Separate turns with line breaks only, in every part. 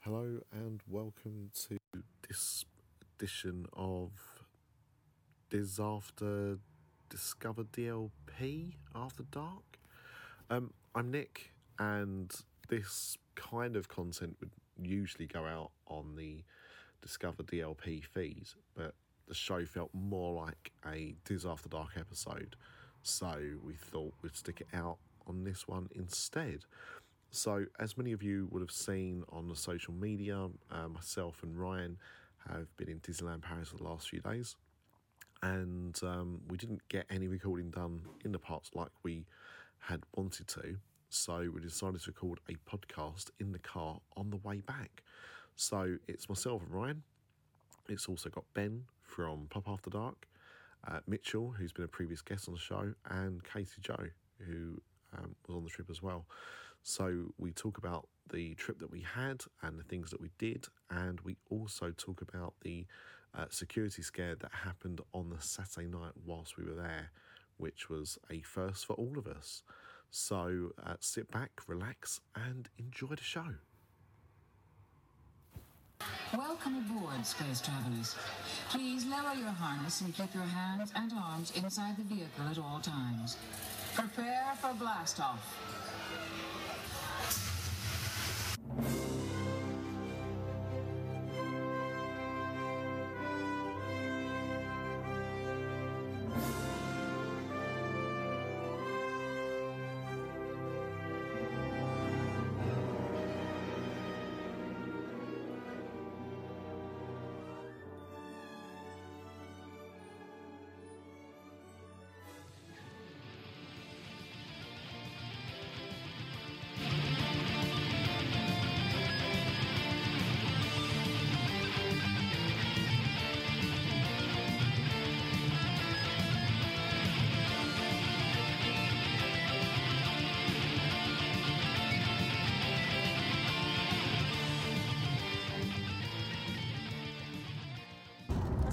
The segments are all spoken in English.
Hello and welcome to this edition of Disaster Discover DLP After Dark. Um, I'm Nick, and this kind of content would usually go out on the Discover DLP feed, but the show felt more like a Diz After Dark episode, so we thought we'd stick it out on this one instead. So, as many of you would have seen on the social media, uh, myself and Ryan have been in Disneyland Paris for the last few days, and um, we didn't get any recording done in the parks like we had wanted to. So we decided to record a podcast in the car on the way back. So it's myself and Ryan. It's also got Ben from Pop After Dark, uh, Mitchell, who's been a previous guest on the show, and Casey Joe, who um, was on the trip as well. So we talk about the trip that we had and the things that we did, and we also talk about the uh, security scare that happened on the Saturday night whilst we were there, which was a first for all of us. So uh, sit back, relax, and enjoy the show.
Welcome aboard, space travelers. Please lower your harness and keep your hands and arms inside the vehicle at all times. Prepare for blast off.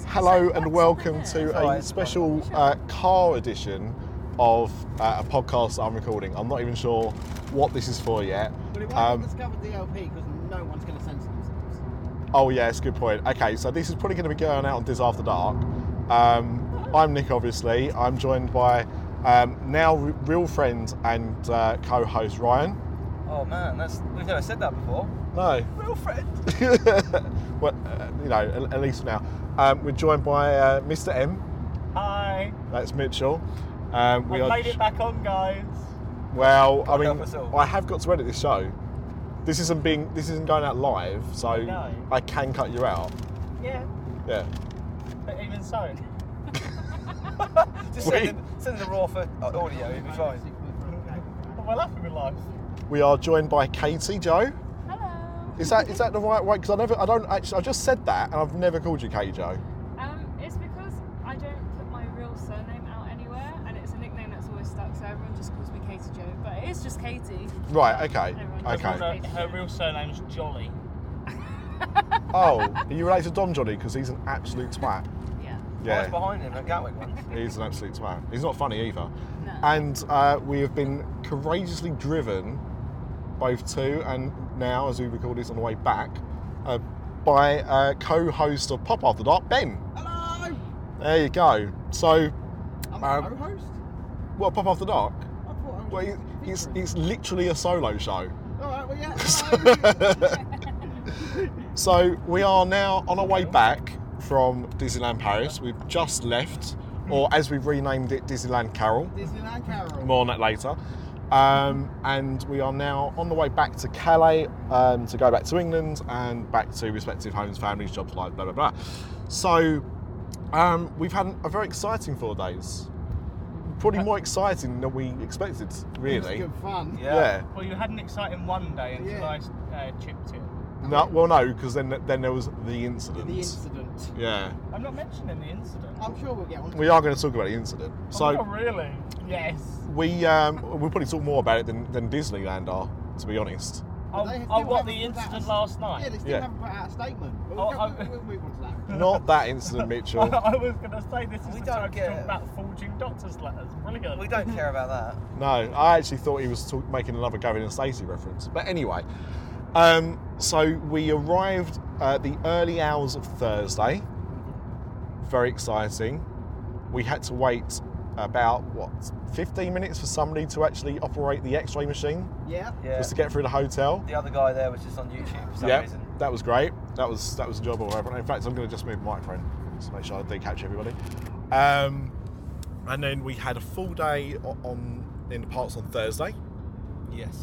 Hello and welcome to a special uh, car edition of uh, a podcast I'm recording. I'm not even sure what this is for yet.
Well, it won't
Um,
discover DLP because no one's going to censor themselves.
oh yeah, it's a good point. Okay, so this is probably going to be going out on Diz After Dark. Um, I'm Nick, obviously. I'm joined by um, now r- real friend and uh, co-host Ryan.
Oh man, that's we've never said that before.
No,
Real friend.
well, uh, you know, at, at least now. Um, we're joined by uh, Mr. M.
Hi.
That's Mitchell. Um,
We
are
made it back on, guys.
Well, I
Can't
mean,
help myself.
I have got to edit this show. This isn't being, this isn't going out live, so
No.
I can cut you out.
Yeah,
Yeah.
but even so. Just
Wait.
send in, send in the raw for uh, audio, it'll be fine. I'm well happy with life.
We are joined by Katie Joe. Hello. Is that is that the right way? Because I never, I don't actually, I just said that, and I've never called you Katie Joe.
Um, it's because I don't put my real surname out anywhere, and it's a nickname that's always stuck, so everyone just calls me Katie Jo. But it is just Katie.
Right. Okay.
Everyone does
Okay.
that.
Her, her real surname's Jolly.
Oh, are you related to Dom Johnny? Because he's an absolute twat.
Yeah.
I was
Yeah.
behind him at Gatwick one.
He's an absolute twat. He's not funny either.
No.
And uh, we have been courageously driven, both to and now, as we record this on the way back, uh, by uh, co host of Pop After Dark, Ben.
Hello!
There you go. So,
I'm
Um,
a co-host.
what, Pop After Dark?
I thought I was
Well, it-
featuring.
it's, it's literally a solo show.
All right, well, yeah. hello.
So, we are now on our way back from Disneyland Paris. We've just left, or as we've renamed it, Disneyland Carol.
Disneyland Carol.
More on that later. Um, and we are now on the way back to Calais um, to go back to England and back to respective homes, families, jobs, life, blah, blah, blah. So um, we've had a very exciting four days. Probably more exciting than we expected,
Uh, It was
really.
Good fun.
Yeah.
Well, you had an exciting one day until
Yeah.
I uh, chipped it.
No, well, no, because then then there was the incident.
The incident.
yeah.
I'm not mentioning the incident.
I'm sure we'll get one.
We are going to talk about the incident.
oh,
So
really? Yes.
we um, we'll probably talk more about it than, than Disneyland are, to be honest.
Oh,
They still
oh what,
haven't
the
put out
incident
a-
last
Yeah,
night?
they still
Yeah.
haven't put out a statement. But
Oh,
we'll, come-
oh.
we'll move on to that.
Not that incident, Mitchell.
I was going to say this is
We
the
don't
time to
get
talk
it.
about forging doctor's letters. Brilliant.
We don't care about that.
No, I actually thought he was talk- making another Gavin and Stacey reference. But anyway, um, So we arrived at the early hours of Thursday. Very exciting. We had to wait about what 15 minutes for somebody to actually operate the X-ray machine
Yeah.
Yeah.
was to get through the hotel.
The other guy there was just on YouTube for some
Yeah,
reason.
that was great. That was that was enjoyable. In fact, I'm going to just move the microphone just to make sure I do catch everybody. Um, and then we had a full day o- on in the parks on Thursday.
Yes.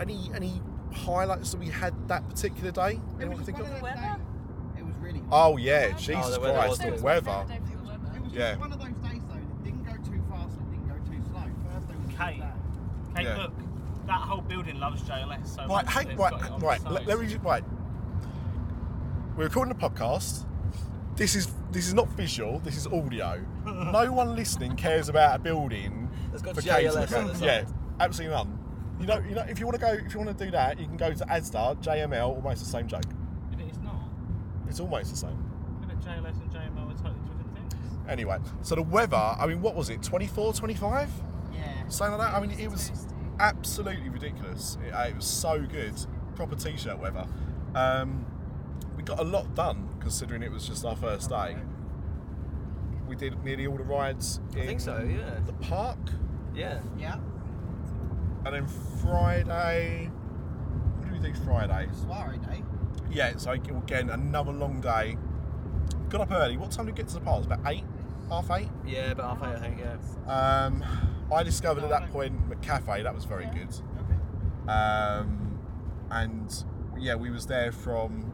Any any highlights that we had that particular day?
It was
Anyone think
one
of?
of those
Weather?
days- It was really hot.
Oh yeah, Jesus
the weather was
Christ,
good.
the weather.
It was
It was just
Oh, Yeah.
one of those days though that didn't go too fast and didn't go too slow. Thursday was a good
Okay.
day.
Hey,
Yeah.
look, that whole building loves JLS Um, so
Right,
much.
hey,
that it's
right,
got it on
right.
the
Let,
side.
let me just, right. We're recording a podcast. This is this is not visual. This is audio. no one listening cares about a building.
That's got
for
JLS
catering.
on the side.
Yeah, absolutely none. You know, you know, if you want to go, if you want to do that, you can go to AdStar, JML, almost the same joke.
But it's not.
It's almost the same.
I bet JLS and JMO are totally different things.
Anyway, so the weather. I mean, what was it? 24, 25?
Yeah.
Something like that. I mean, it was absolutely ridiculous. It, uh, it was so good. Proper t-shirt weather. Um, we got a lot done considering it was just our first day. We did nearly all the rides. In
I think so, yeah.
The park,
Yeah.
Yeah.
and then Friday. What do we do Friday?
Soiree day.
Yeah, so again another long day. Got up early. What time did we get to the park? It was about eight, half eight.
Yeah, but half eight, I think, yeah.
Um, I discovered at that point McCafe. That was very good.
Okay.
um, and yeah, we was there from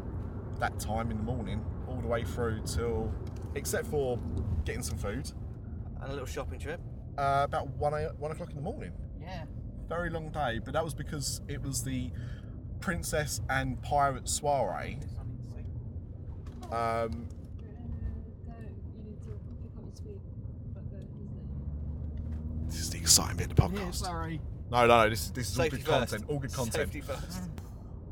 that time in the morning all the way through till, except for getting some food,
And a little shopping trip.
uh, about one a, one o'clock in the morning.
Yeah.
Very long day, but that was because it was the princess and pirate soiree. Um, this is the exciting bit of the
Yeah,
podcast.
sorry.
no, no, no, this is this is all
Safety
good
first.
content. All good content.
Safety first.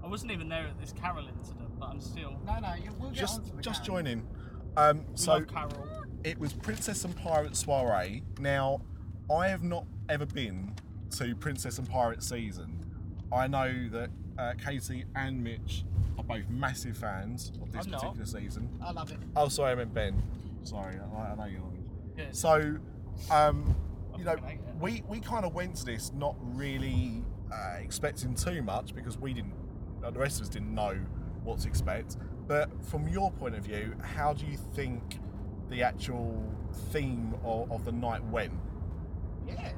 I wasn't even there at this Carol incident, but I'm still.
No, no, you will get
Just
onto the
just
car.
join in. Um,
We
so
love Carol.
it was Princess and Pirate Soiree. Now, I have not ever been to Princess and Pirate season. I know that uh, Katie and Mitch are both massive fans of this
I'm not.
particular season.
I love it.
Oh, sorry, I meant Ben. Sorry, I, I know you're.
Yeah, it's-
So, um,
I
you know,
fucking hate it.
we, we kind of went to this not really uh, expecting too much because we didn't, uh, the rest of us didn't know what to expect. But from your point of view, how do you think the actual theme of, of the night went?
Yeah.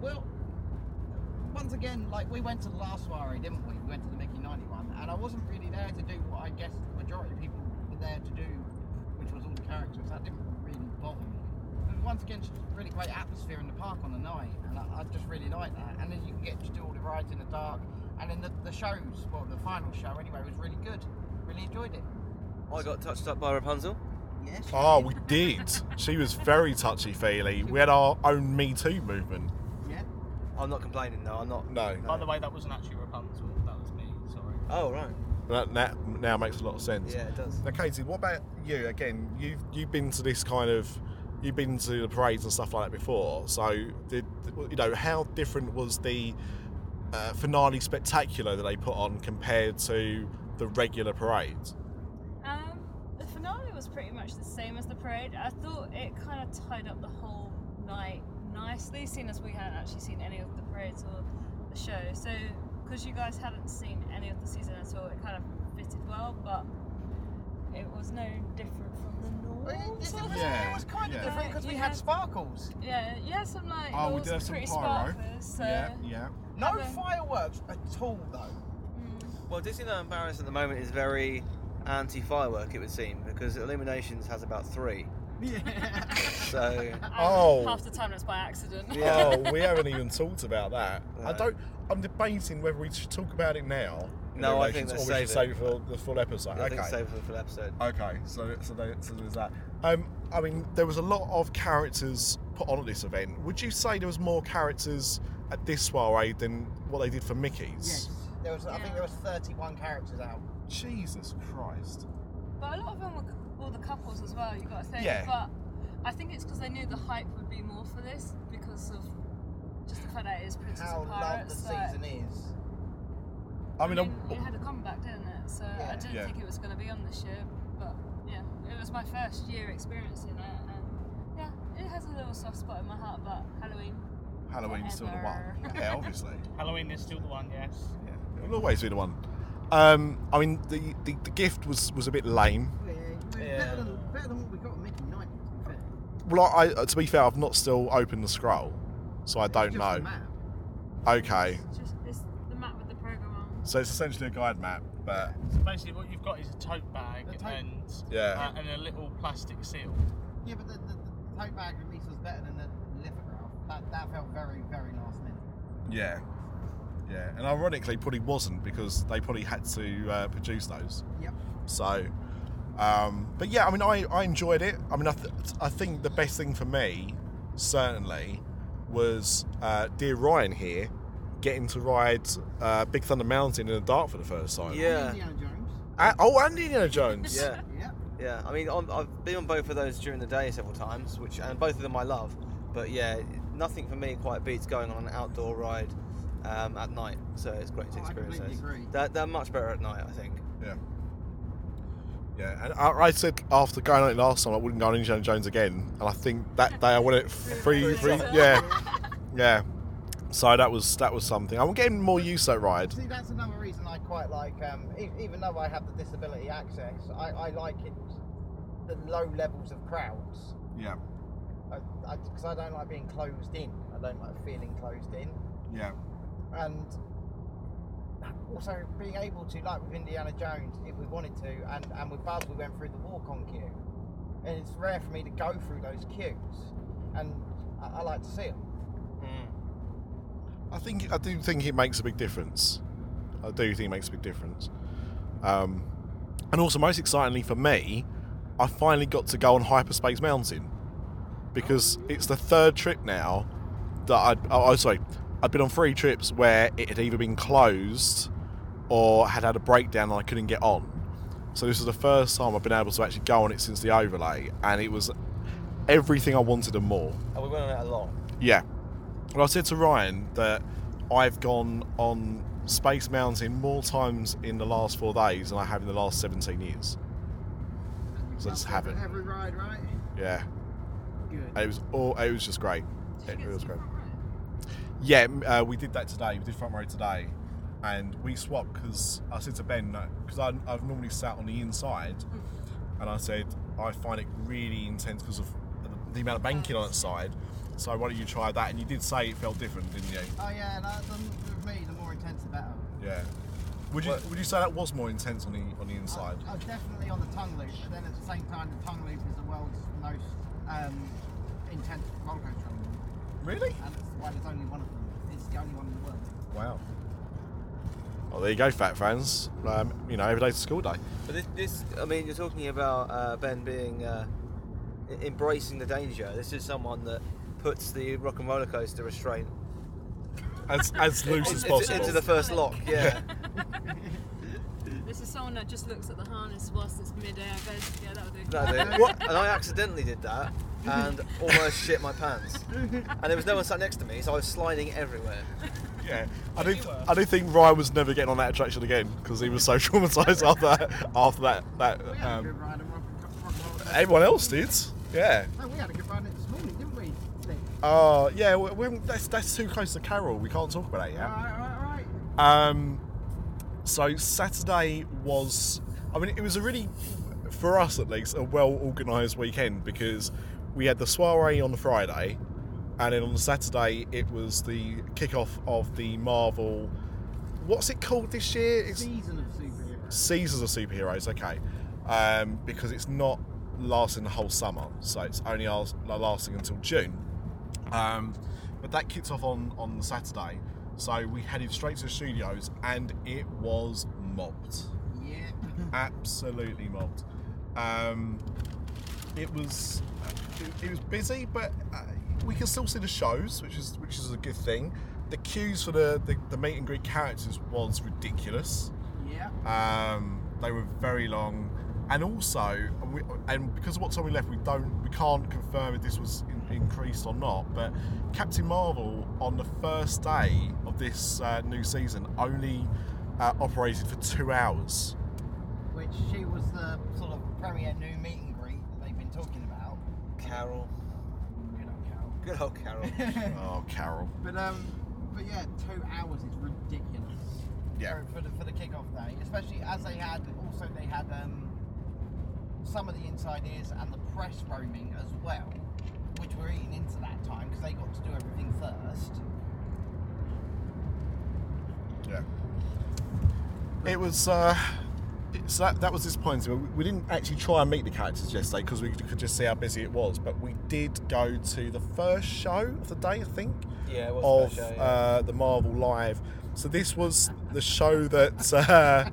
Well, once again, like we went to the last soiree, didn't we? We went to the Mickey 91, and I wasn't really there to do what I guess the majority of people were there to do, which was all the characters. That didn't really bother me. But once again, just really great atmosphere in the park on the night, and I, I just really like that. And then you can get to do all the rides in the dark, and then the, the shows, well, the final show anyway, was really good. Really enjoyed it.
I got touched up by Rapunzel.
Yes.
Oh, we did. she was very touchy feely. We had our own Me Too movement.
Yeah.
I'm not complaining, no, I'm not.
No.
By the way, that wasn't actually Rapunzel. That was me. Sorry.
Oh, right.
That, that now makes a lot of sense.
Yeah, it does.
Now, Katie, what about you? Again, you've you've been to this kind of, you've been to the parades and stuff like that before. So, did you know how different was the uh, finale spectacular that they put on compared to the regular parades?
Um, the finale was pretty much the same as the parade. I thought it kind of tied up the whole night nicely, seeing as we hadn't actually seen any of the parades or the show. So, because you guys hadn't seen any of the season at all, it kind of fitted well, but it was no different from the
Well, it-
norm.
It,
sort
it
of
was,
thing.
Yeah.
it was kind of
Yeah.
different because
You
we had
had-
sparkles.
Yeah, yeah, some like
Oh, we
laws
did have some
pretty
pyro.
sparklers, so
yeah.
No
Okay.
fireworks at all, though.
mm.
Well, Disneyland Paris at the moment is very anti firework, it would seem, because Illuminations has about three. so,
Uh,
and
Oh.
half the time that's by accident.
yeah.
Oh, we haven't even talked about that. I
No.
don't. I'm debating whether we should talk about it now. in
No, I
relation
think
to-
let's
or we should save
save
it for the full episode.
I
okay.
think save for the full episode.
Okay, so so, they, so there's that. Um, I mean, there was a lot of characters put on at this event. Would you say there was more characters at this soiree than what they did for Mickey's?
There was, I think there was 31 characters out.
Jesus Christ.
But a lot of them were c- all the couples as well. You got to say,
Yeah.
but I think it's because they knew the hype would be more for this because of just the fact that it is Princess
How
and
loud the
Pirates. like,
season is.
I mean, I-
it had a comeback, didn't it? So I didn't
Yeah.
think it was going to be on this year, but yeah, it was my first year experiencing it, and yeah, it has a little soft spot in my heart. But Halloween,
Halloween's still the one.
Whatever.
Yeah, obviously.
Halloween is still the one, yes.
Yeah, it'll always be the one. Um, I mean, the, the, the gift was, was a bit lame.
Yeah,
Yeah.
Better, than, better than what we got in Mickey 90, to be fair.
Well, I, I- to be fair, I've not still opened the scroll, so I don't
Just
know.
the map.
Okay,
it's just it's the map with the program on.
so it's essentially a guide map, but
So basically, what you've got is a tote bag
A tote-
and
Yeah.
uh, and a little plastic seal.
Yeah, but the, the, the tote bag release was better than the lithograph. That, that felt very, very last minute.
yeah, yeah. And ironically, probably wasn't because they probably had to uh, produce those.
Yep.
So, um, but yeah, I mean, I, I enjoyed it. I mean, I, th- I think the best thing for me, certainly, was uh, dear Ryan here getting to ride uh, Big Thunder Mountain in the dark for the first time.
Yeah,
Indiana Jones.
A- oh, and Indiana Jones.
yeah,
Yeah.
yeah. I mean, on, I've been on both of those during the day several times, which and both of them I love. But yeah, nothing for me quite beats going on an outdoor ride um, at night. So it's great to
Oh, I
experience
completely
those.
agree.
They're, they're much better at night, I think.
Yeah. Yeah, and I, I said after going on it last time, I wouldn't go on Indiana Jones again, and I think that day I went it free, free, yeah, yeah. So that was that was something. I'm getting more use that ride.
See, that's another reason I quite like, um, e- even though I have the disability access, I, I like it, the low levels of crowds.
Yeah,
Because I, because I don't like being closed in. I don't like feeling closed in.
yeah,
and also being able to, like with Indiana Jones, if we wanted to, and, and with Buzz, we went through the walk-on queue, and it's rare for me to go through those queues, and I, I like to see them.
I think I do think it makes a big difference. I do think it makes a big difference. Um, and also, most excitingly for me, I finally got to go on Hyperspace Mountain because it's the third trip now that I. Oh, oh, sorry, I'd been on three trips where it had either been closed or had had a breakdown and I couldn't get on. So this is the first time I've been able to actually go on it since the overlay, and it was everything I wanted and more.
And we went on it a lot.
Yeah. Well, I said to Ryan that I've gone on Space Mountain more times in the last four days than I have in the last 17 years. So just have it.
Every ride, right?
Yeah.
Good.
And it was all. It was just great.
Did
It
you get
was
to
great.
the front row?
Yeah, m- uh, we did that today. We did front row today, and we swapped because I said to Ben because I've normally sat on the inside,
Mm.
and I said I find it really intense because of the amount of banking on its side. So why don't you try that? And you did say it felt different, didn't you?
Oh yeah, no, the, with me, the more intense, the better.
Yeah. Would you
Well-
would you say that was more intense on the on the inside?
I, I was definitely on the tongue loop, but then at the same time, the tongue loop is the world's most um, intense roller coaster,
Really?
and it's why there's only one of them. It's the only one in the world.
Wow. Well, there you go, fat fans. Um, you know, every day's a school day.
But this, this I mean, you're talking about uh, Ben being uh, e- embracing the danger. This is someone that puts the rock and roller coaster restraint
As as loose as
into,
possible.
into the first lock. Yeah,
This is someone that just looks at the harness whilst it's midair. Goes, yeah, that would do.
That'd do. And I accidentally did that and almost shit my pants. And there was no one sat next to me, so I was sliding everywhere.
yeah. I do. I do think Ryan was never getting on that attraction again because he was so traumatized after that. After that,
We
that
had a
um,
good ride, and Rob, Rob,
everyone else did. Yeah.
No, we had a good ride this morning, didn't we? Steve?
Oh, yeah. We, we, haven't- that's that's too close to Carol. We can't talk about that yet.
Alright, alright, alright.
Um, so Saturday was, I mean, it was a really, for us at least, a well organised weekend because we had the soiree on the Friday, and then on the Saturday it was the kickoff of the Marvel. What's it called this year? It's
Season of superheroes.
Seasons of Superheroes. Okay, um, because it's not lasting the whole summer, so it's only last, lasting until June. Um, but that kicked off on on Saturday, so we headed straight to the studios, and it was mobbed,
Yeah.
absolutely mobbed. Um, it was it, it was busy, but uh, we can still see the shows, which is which is a good thing. The queues for the, the, the meet and greet characters was ridiculous.
Yeah.
Um, they were very long, and also, we, and because of what time we left, we don't, we can't confirm if this was in, increased or not. But Captain Marvel on the first day of this uh, new season only uh, operated for two hours.
which she was the sort of premier new meet and greet that they've been talking about.
Carol.
Good old Carol.
Good old Carol.
Oh, Carol.
But um, but yeah, two hours is ridiculous.
Yeah.
For, for the for the kickoff day, especially as they had also they had um, some of the inside ears and the press roaming as well, which were eating into that time because they got to do everything first.
Yeah. It was. Uh, it- so that, that was disappointing. We, we didn't actually try and meet the characters yesterday because we could just see how busy it was. But we did go to the first show of the day, I think,
yeah, it was
of
the show, yeah.
uh, the Marvel Live. So this was the show that uh,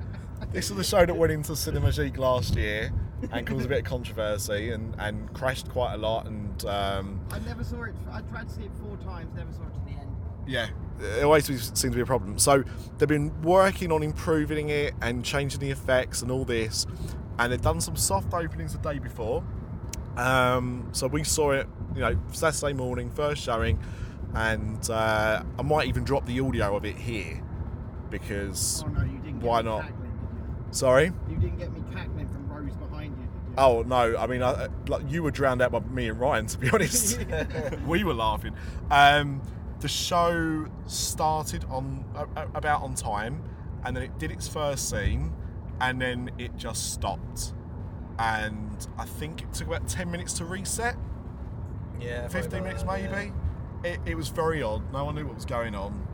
this was the show that went into Cinema Geek last year and caused a bit of controversy and, and crashed quite a lot. And um,
I never saw it. I tried to see it four times, never saw it to the end.
yeah, it always seems to be a problem. So they've been working on improving it and changing the effects and all this, and they've done some soft openings the day before. Um, so we saw it, you know, Saturday morning, first showing, and uh, I might even drop the audio of it here because
Oh no, you didn't. Get
Why
me
not?
Cackling, did
sorry.
you? you didn't get me cackling from Rose behind you. Did you?
Oh no! I mean, I, like, you were drowned out by me and Ryan. To be honest, we were laughing. Um, the show started on a- a- about on time, and then it did its first scene, and then it just stopped. And I think it took about ten minutes to reset,
yeah, probably
fifteen
about
minutes
that,
maybe.
yeah.
It, it was very odd. No one knew what was going on.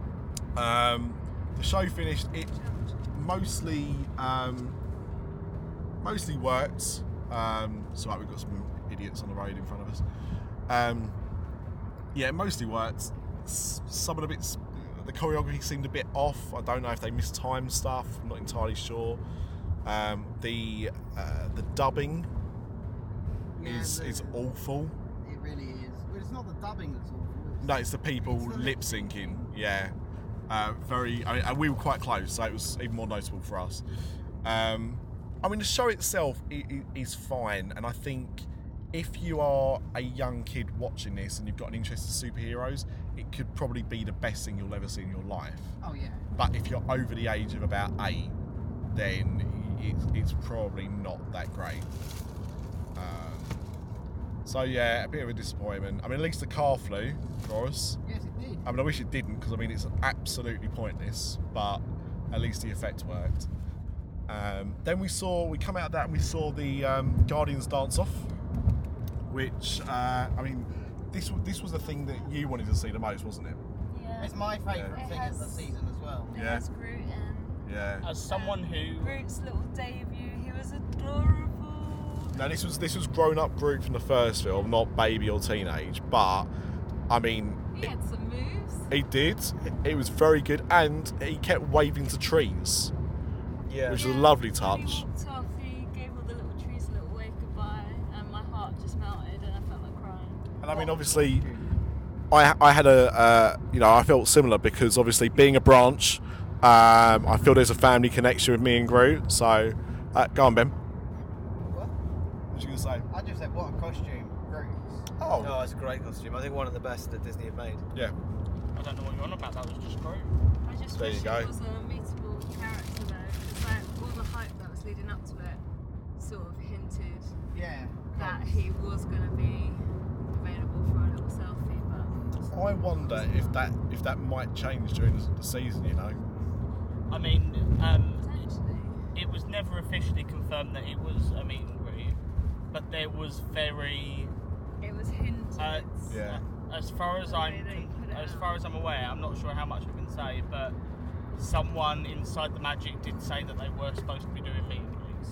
Um, the show finished. It mostly um, mostly worked. Um, so like, we've got some idiots on the road in front of us. Um, yeah, it mostly worked. S- Some of the bits, the choreography seemed a bit off. I don't know if they mistimed stuff. I'm not entirely sure. Um, the uh, the dubbing
Yeah,
is
the-
is awful.
It really is. Well, it's not the dubbing that's awful. It's,
No, it's the people
It's the
lip
lip-
syncing. Yeah, uh, very. I mean, and we were quite close, so it was even more noticeable for us. Um, I mean, the show itself i- i- is fine, and I think if you are a young kid watching this and you've got an interest in superheroes, it could probably be the best thing you'll ever see in your life.
Oh yeah.
But if you're over the age of about eight, then it's, it's probably not that great. Um, so yeah, a bit of a disappointment. I mean, at least the car flew for us.
Yes, it did.
I mean, I wish it didn't because I mean it's absolutely pointless. But at least the effect worked. Um, then we saw we come out of that and we saw the um, Guardians dance off, which uh, I mean, this wa- this was the thing that you wanted to see the most, wasn't it?
Yeah.
It's my favourite
It
thing of the
has-
season as well.
It
Yeah.
has Groot in.
Yeah.
As someone who
Groot's little debut, he was adorable.
Now this was this was grown up group from the first film, not baby or teenage. But I mean,
He had some moves.
he did. It was very good, and he kept waving to trees,
Yeah.
which was a
Yeah,
lovely
when he
touch.
walked off, he gave all the little trees a little wave goodbye, and my heart just melted, and I felt like crying.
And I mean, obviously, I I had a uh, you know I felt similar because obviously being a branch, um, I feel there's a family connection with me and Groot. So uh, go on, Ben.
What?
What you gonna say?
I just said, what a costume. Roots.
Oh
Oh, it's a great costume. I think one of the best that Disney have made.
yeah,
I don't know what you're on about. That was just great.
I just
There
wish
you go.
it was a meetable character though, because like all the hype that was leading up to it sort of hinted
Yeah.
that he was going to be available for a little selfie, but
I wonder if that if that might change during the season. You know.
I mean, um,
potentially.
it was never officially confirmed that it was a meet and greet, but there was very,
It was hinted.
Uh,
Yeah.
as far as
Okay,
I'm,
there you put it
as
out.
far as I'm aware, I'm not sure how much I can say, but someone inside the Magic did say that they were supposed to be doing meet and greets,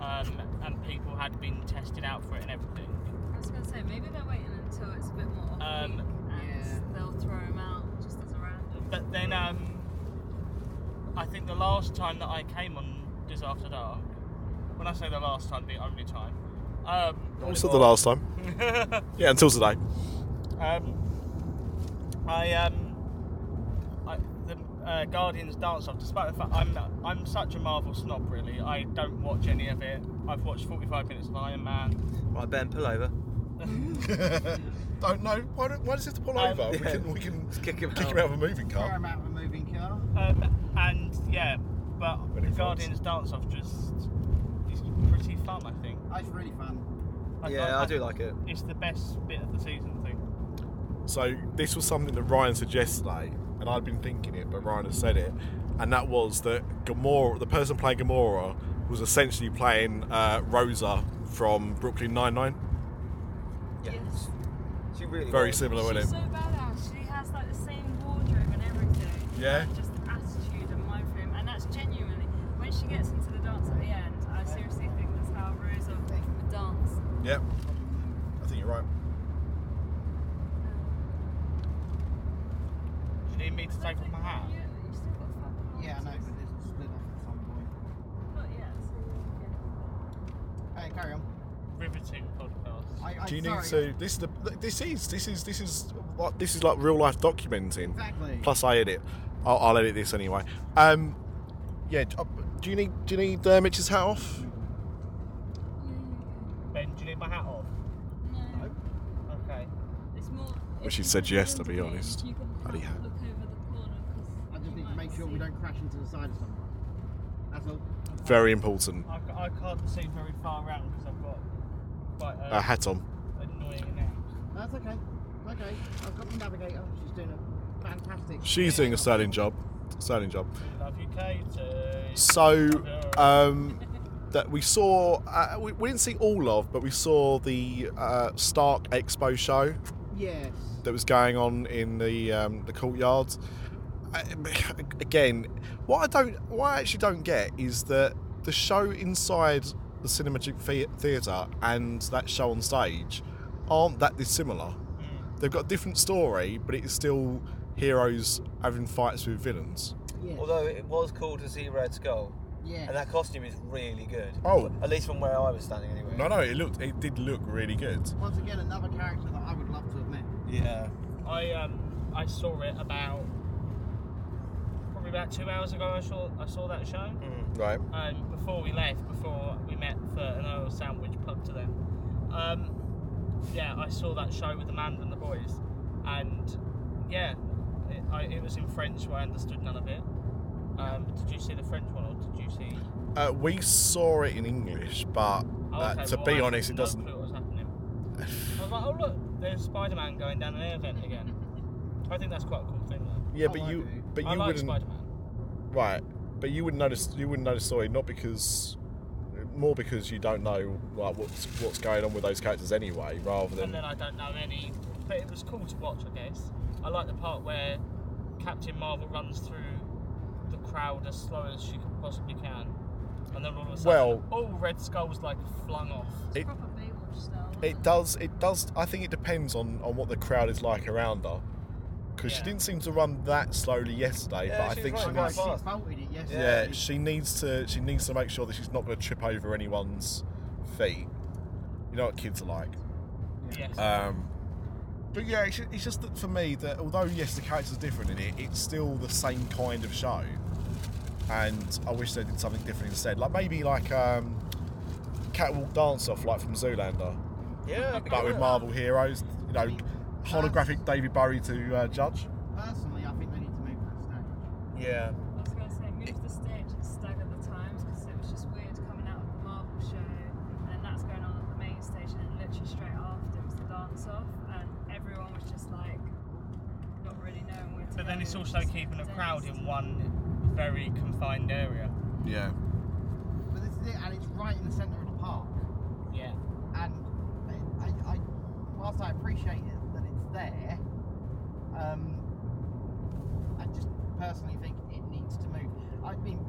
um, and people had been tested out for it and everything.
I was going to say, maybe they're waiting until it's a bit more
Um,
offbeat, and
yeah.
they'll throw him out just as a random.
But then, um, I think the last time that I came on Diz After Dark, when I say the last time, the only time, um,
Also the last time. yeah, until today.
um, I, um, I, the uh, Guardians dance off. Despite the fact I'm, I'm such a Marvel snob, really. I don't watch any of it. I've watched 45 minutes of Iron Man.
Right, Ben, pull over.
Don't know. Why, don't, why does he have to pull
Um,
over? We
yeah.
can, we can
Just kick him out.
of a moving
Tear
car.
him out of a moving car.
Um, and yeah, but
But
the
it floats.
Guardians dance off just is pretty fun. I think.
That's really fun.
Yeah, I do like it.
It's the best bit of the season thing.
So this was something that Ryan suggested today, and I'd been thinking it, but Ryan had said it, and that was that Gamora, the person playing Gamora, was essentially playing uh, Rosa from Brooklyn Nine Nine.
Yeah.
Yes.
She really
Very
was.
similar, wasn't
She's so
it?
badass. She has like the same wardrobe and everything.
Yeah.
And just attitude and mind frame, and that's genuinely when she gets into the dance at the end. I seriously think that's how Rosa would dance.
Yep. I think you're right.
Do you need me to take off my hat?
You, you still got five
Yeah, I know,
kilometres.
but this is split off at some point.
Not yet. So yeah.
Hey, carry on.
Riveting podcast.
I, I,
Do you
sorry.
need to? This is the. This is. This is. This is. What? This is like real life documenting.
Exactly.
Plus, I edit. I'll, I'll edit this anyway. Um. Yeah. d- uh, Do you need? Do you need uh, Mitch's hat off?
Ben, do you need my hat off?
No,
Okay.
it's more.
Well,
if
she
you
said
put
yes,
it
to be
into it,
honest.
you can
Bloody
have a
hell.
Look over the corner 'cause
I just
you
need to
might
make sure
see-
we don't crash into the side of someone. That's all.
Very important.
I, ca- I can't see very far around because I've got quite a
A hat on.
Ah.
annoying now.
That's okay. It's okay. I've got the navigator. She's doing a fantastic.
She's doing a sterling job. Sterling job.
We love you, Katie.
So,
Love you.
um, that we saw, uh, we, we didn't see all of, but we saw the uh, Stark Expo show
Yes.
that was going on in the um, the courtyard. I, again, what I don't, what I actually don't get is that the show inside the Cinemagic Thea- Theatre and that show on stage aren't that dissimilar. They've got a different story, but it's still heroes having fights with villains.
Yes.
Although it was cool to see Red Skull,
yes.
and that costume is really good.
Oh.
At least from where I was standing, anyway.
No, no, it looked, it did look really good.
Once again, another character that I would love to have met.
Yeah.
I um I saw it about probably about two hours ago. I saw I saw that show.
Right.
Um, before we left, before we met for an oil sandwich plug to them. Um, yeah, I saw that show with Amanda and the boys, and yeah, it, I, it was in French, so I understood none of it. Um, did you see the French one, or did you see?
Uh, we saw it in English, but
Oh,
uh,
okay,
to
well, I
be
had
honest, it
no
doesn't.
clue what was happening. I was like, oh look, there's Spider-Man going down an air vent again. I think that's quite a cool thing though.
Yeah,
Oh,
but
I
you,
do.
but you
I like
wouldn't.
Spider-Man.
Right, but you wouldn't notice. You wouldn't notice the story, not because, more because you don't know like what's what's going on with those characters anyway, rather
and then
than.
I don't know any. But it was cool to watch, I guess. I like the part where Captain Marvel runs through the crowd as slow as she could possibly can, and then all of a sudden,
Well-
all Red Skull's like flung off.
It's
It-
proper Baywatch style. isn't
It does. It does. I think it depends on on what the crowd is like around her, because she
Yeah.
didn't seem to run that slowly yesterday.
Yeah,
but I
she was
think she
Well,
running quite
needs.
she
fast.
faulted it yesterday.
Yeah, she needs to. She needs to make sure that she's not going to trip over anyone's feet. You know what kids are like.
Yes.
Um, but yeah, it's, it's just that for me that although yes, the characters are different in it, it's still the same kind of show. And I wish they did something different instead, like maybe like um, Catwalk Dance Off, like from Zoolander,
Yeah. I'd be
but
cool
with
that.
Marvel heroes. You know, holographic David Bowie to uh, Judge.
Personally, I think they need to move that stage.
Yeah.
it? I was going to say, move the stage and stagger the times because it was just weird coming out of the Marvel show and then that's going on at the main stage and then literally straight after was the dance off and everyone was just like not really knowing where to
but then
go,
it's also
just
keeping a
dazed.
crowd in one very confined area.
Yeah.
But this is it, and it's right in the centre of the park.
Yeah.
and I, I, I whilst I appreciate it that it's there, um, I just personally think it needs to move. I mean,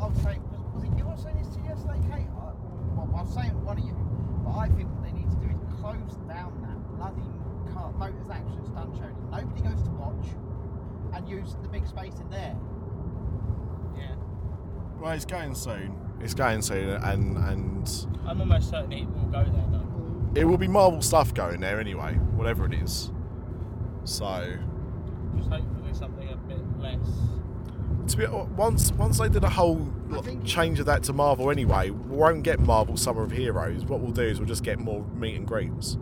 I was saying, was, was it you I was saying this to you yesterday, Kate? I, well, I was saying it one of you, but I think what they need to do is close down that bloody car, motors action stunt show. that Nobody goes to watch, and use the big space in there.
Yeah.
Well, it's going soon. It's going soon, and and
I'm almost certain it will go there though.
it will be Marvel stuff going there anyway, whatever it is. So
Just hopefully something a bit less.
To be once once they did a whole
I think-
change of that to Marvel anyway, we won't get Marvel Summer of Heroes. What we'll do is we'll just get more meet and greets.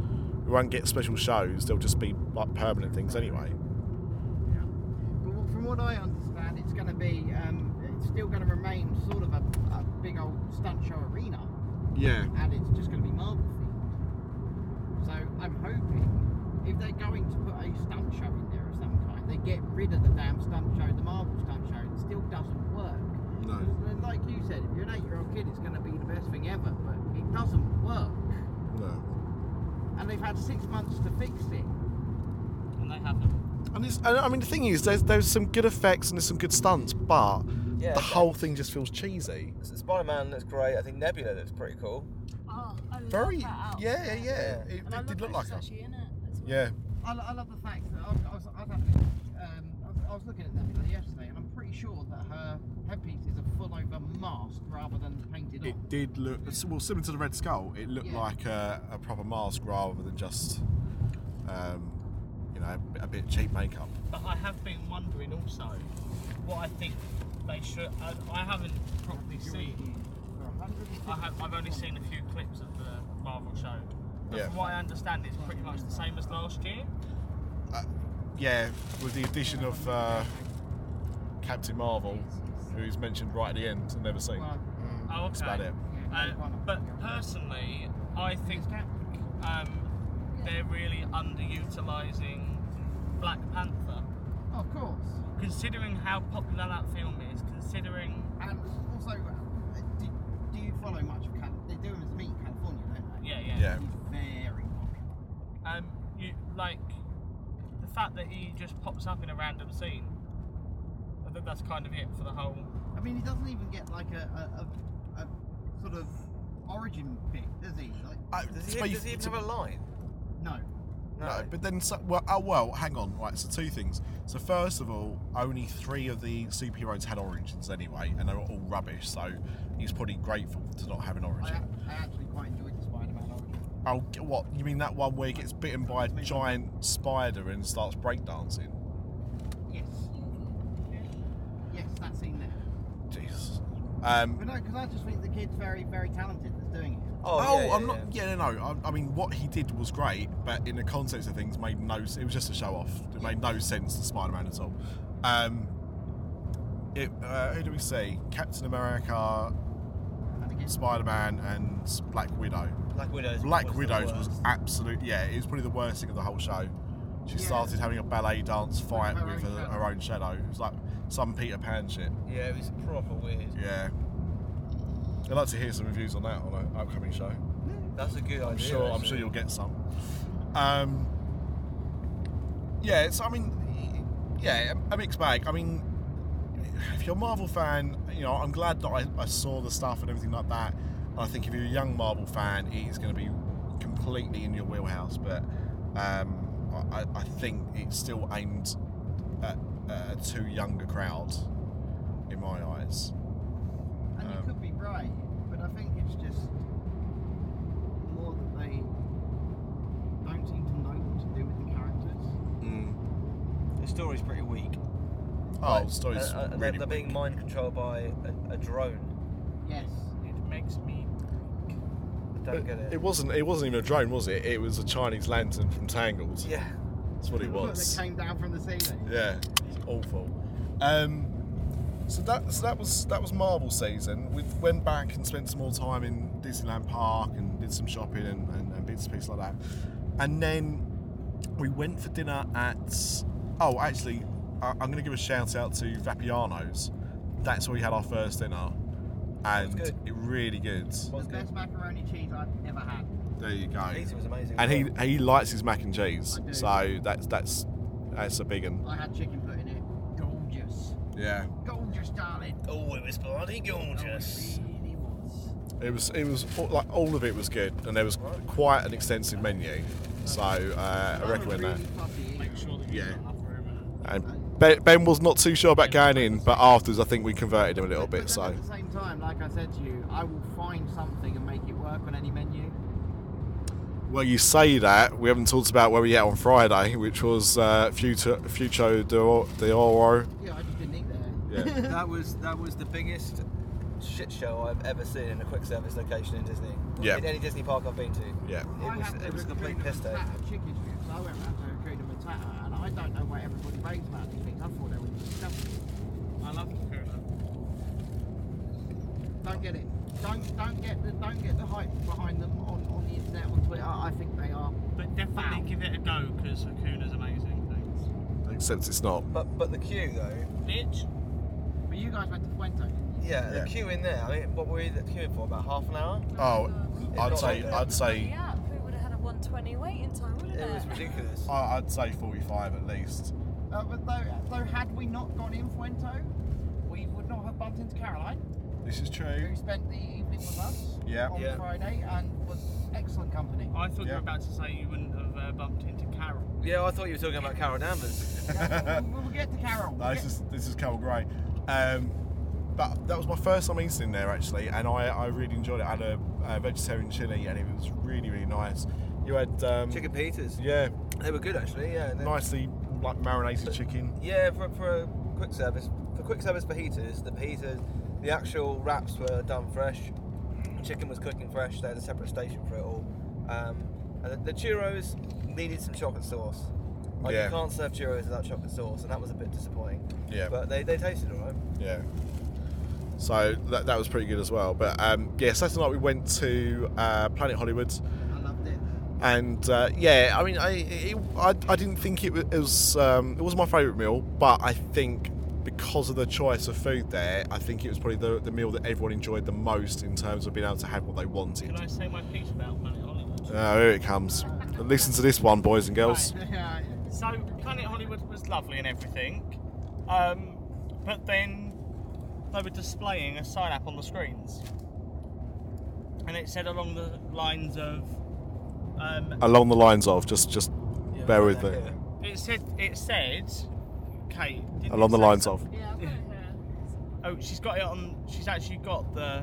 We won't get special shows. They'll just be like permanent things anyway.
But what- from what I understand, it's going going to be, um, it's still going to remain sort of a, a big old stunt show arena,
Yeah.
and it's just going to be marble themed. So I'm hoping if they're going to put a stunt show in there of some kind, they get rid of the damn stunt show, the marble stunt show. It still doesn't work.
No.
And like you said, if you're an eight-year-old kid, it's going to be the best thing ever, but it doesn't work.
No.
And they've had six months to fix it.
And they haven't.
And it's, I I mean, the thing is, there's there's some good effects and there's some good stunts, but
Yeah,
the
okay.
whole thing just feels cheesy.
Spider Man looks great. I think Nebula looks pretty cool.
Oh, I love
Very,
that
yeah,
outfit.
yeah, yeah.
Yeah.
It,
And I
it
love
did look
that
like
she's
her.
actually in it as well.
Yeah,
I, I love the fact that I was, I was, I was, having, a- um, I was, I was looking at Nebula yesterday, and I'm pretty sure that her headpiece is a full-over mask rather than painted on.
it did look well similar to the Red Skull. It looked
Yeah.
like a, a proper mask rather than just, um, you know, a, a bit cheap makeup.
But I have been wondering also what I think they should. I, I haven't probably seen. I have, I've only seen a few clips of the Marvel show. But
Yeah.
From what I understand, it's pretty much the same as last year.
Yeah, with the addition of uh, Captain Marvel, who's mentioned right at the end and never seen.
Well,
Oh, okay.
Mm. That's about it.
Uh,
yeah, one of-
but
yeah.
personally, I think um, they're really underutilising Black Panther.
of course.
Considering how popular that film is, considering
And also, uh, do, do you follow much of California? They do him as meat in California, don't they?
yeah, yeah,
Yeah.
He's very popular.
um, you like the fact that he just pops up in a random scene. I think that's kind of it for the whole.
I mean, he doesn't even get like a, a, a, a sort of origin bit, does he? Like,
Uh,
Does
to
he,
be-
does he even
to-
have a line?
no.
No, but then so, well, oh well, hang on. Right, so two things. So first of all, only three of the superheroes had origins anyway, and they were all rubbish. So he's probably grateful to not have an
I,
origin.
ac- I actually quite enjoyed the Spider-Man origin.
Oh, g- what you mean that one where he gets bitten by a giant spider and starts breakdancing?
Yes. Yes, that scene there.
Jesus. Um,
But no, because I just think the kid's very, very talented that's doing it.
Oh, yeah, yeah,
I'm
yeah.
not. Yeah, no, no. I, I mean, what he did was great, but in the context of things, made no. It was just a show off. It made no sense to Spider-Man at all. Um, it, uh, who do we see? Captain America,
And again,
Spider-Man, and Black Widow.
Black Widows.
Black
was the
Widows was
worst.
absolute. Yeah, it was probably the worst thing of the whole show. She
Yeah.
started having a ballet dance fight
her
with
own
her,
shadow.
her own shadow. It was like some Peter Pan shit.
Yeah, it was proper weird.
Yeah. I'd like to hear some reviews on that on an upcoming show.
That's a good idea.
I'm sure. I'm sure you'll get some. Um, yeah, it's. I mean, yeah, a mixed bag. I mean, if you're a Marvel fan, you know, I'm glad that I, I saw the stuff and everything like that. And I think if you're a young Marvel fan, it is going to be completely in your wheelhouse. But um, I, I- I think it's still aimed at uh, too young a crowd, in my eyes.
and you
um,
could be right, but I think it's just more that they don't seem to know what to do with the characters.
The story's pretty weak.
Oh,
Mm. Like,
the story's
uh, uh, they're-
really
They're being mind controlled by a, a drone.
Yes.
It makes me.
I
But
don't get it.
It wasn't. It wasn't even a drone, was it? It was a Chinese lantern from Tangled.
yeah.
that's what it
Look,
was.
They came down from the ceiling.
Yeah, it's awful. Um, so that so that was that was Marvel season. We went back and spent some more time in Disneyland Park and did some shopping and, and, and bits and pieces like that. And then we went for dinner at. Oh, actually, I, I'm going to give a shout out to Vapiano's. That's where we had our first dinner, and
good.
it really good.
The best macaroni cheese I've ever had.
There you go.
Pizza was amazing. as
and
well.
he he likes his mac and cheese.
I do.
So that's that's that's a big one.
I had chicken put in it. Gorgeous.
Yeah,
Gorgeous, darling.
Oh, it was bloody gorgeous.
Oh, it really was.
it was it was all- like all of it was good, and there was quite an extensive menu. So uh, I
I'm a
recommend that.
really fussy eater.
Make sure that you
Yeah.
don't have room.
And Ben, ben was not too sure about going in, but afterwards I think we converted him a little
But- but
bit.
then
So
At the same time, like I said to you, I will find something and make it work on any menu.
well, you say that we haven't talked about where we ate on Friday, which was uh, Future Future de, Or- de Oro.
Yeah, I just didn't eat there.
Yeah.
that was that was the biggest shit show I've ever seen in a quick service location in Disney.
Yeah.
In any Disney park I've been to.
Yeah.
It was it was a complete piss take.
chicken strips. I went round to Hakuna Matata, and I don't know what everybody raves about these things. I thought they were disgusting.
I love Kakuna.
Don't get it. Don't don't get the don't get the hype behind them on, on the internet on Twitter. I think they are.
But definitely give it a go because Kakuna's amazing. Thanks.
Except it's not.
But but the queue though.
Bitch.
But you guys went to Fuente. didn't you?
Yeah,
Yeah.
the queue in there. I mean, what were we queuing for? About half an hour.
Oh, I'd
not
say
like
I'd say
Yeah, we would have had a 120 waiting time, wouldn't
It was ridiculous.
I- I'd say 45 at least.
Uh, but though though had we not gone in Fuente, we would not have bumped into Caroline,
This is true.
who spent the evening with us
Yeah.
on
Yeah.
Friday and was excellent company.
I thought you
Yeah.
were about to say you wouldn't have uh, bumped into Carol.
Yeah, I thought you were talking about Carol Danvers.
Yeah, we'll, we'll get to Carol.
No,
We'll
this
get-
is this is Carol Gray. Um, but that was my first time eating there actually, and I, I really enjoyed it. I had a, a vegetarian chili, and it was really really nice. You had um,
Chicken Peters.
yeah,
They were good actually. Yeah. and then-
nicely like marinated chicken.
Yeah, for, for a quick service, for quick service fajitas, the fajitas, the actual wraps were done fresh. The chicken was cooking fresh. They had a separate station for it all. Um, and the, the churros needed some chocolate sauce. Like
Yeah.
you can't serve churros without chocolate sauce, and that was a bit disappointing.
Yeah.
But they, they tasted alright.
Yeah. So that, that was pretty good as well. But um, yeah, Saturday night we went to uh, Planet Hollywood.
I loved it.
and uh, yeah, I mean, I, it, I I didn't think it was it was, um, it was my favourite meal, but I think because of the choice of food there, I think it was probably the, the meal that everyone enjoyed the most in terms of being able to have what they wanted.
Can I say my piece about Planet Hollywood?
Oh, here it comes. Listen to this one, boys and girls.
Yeah,
So Planet Hollywood was lovely and everything, um, but then they were displaying a sign up on the screens, and it said along the lines of, um,
Along the lines of just just bear with me.
it said it said, Kate. didn't
Along
it
the
say
lines
some-
of
Yeah, I've got it here.
Oh, she's got it on. She's actually got the.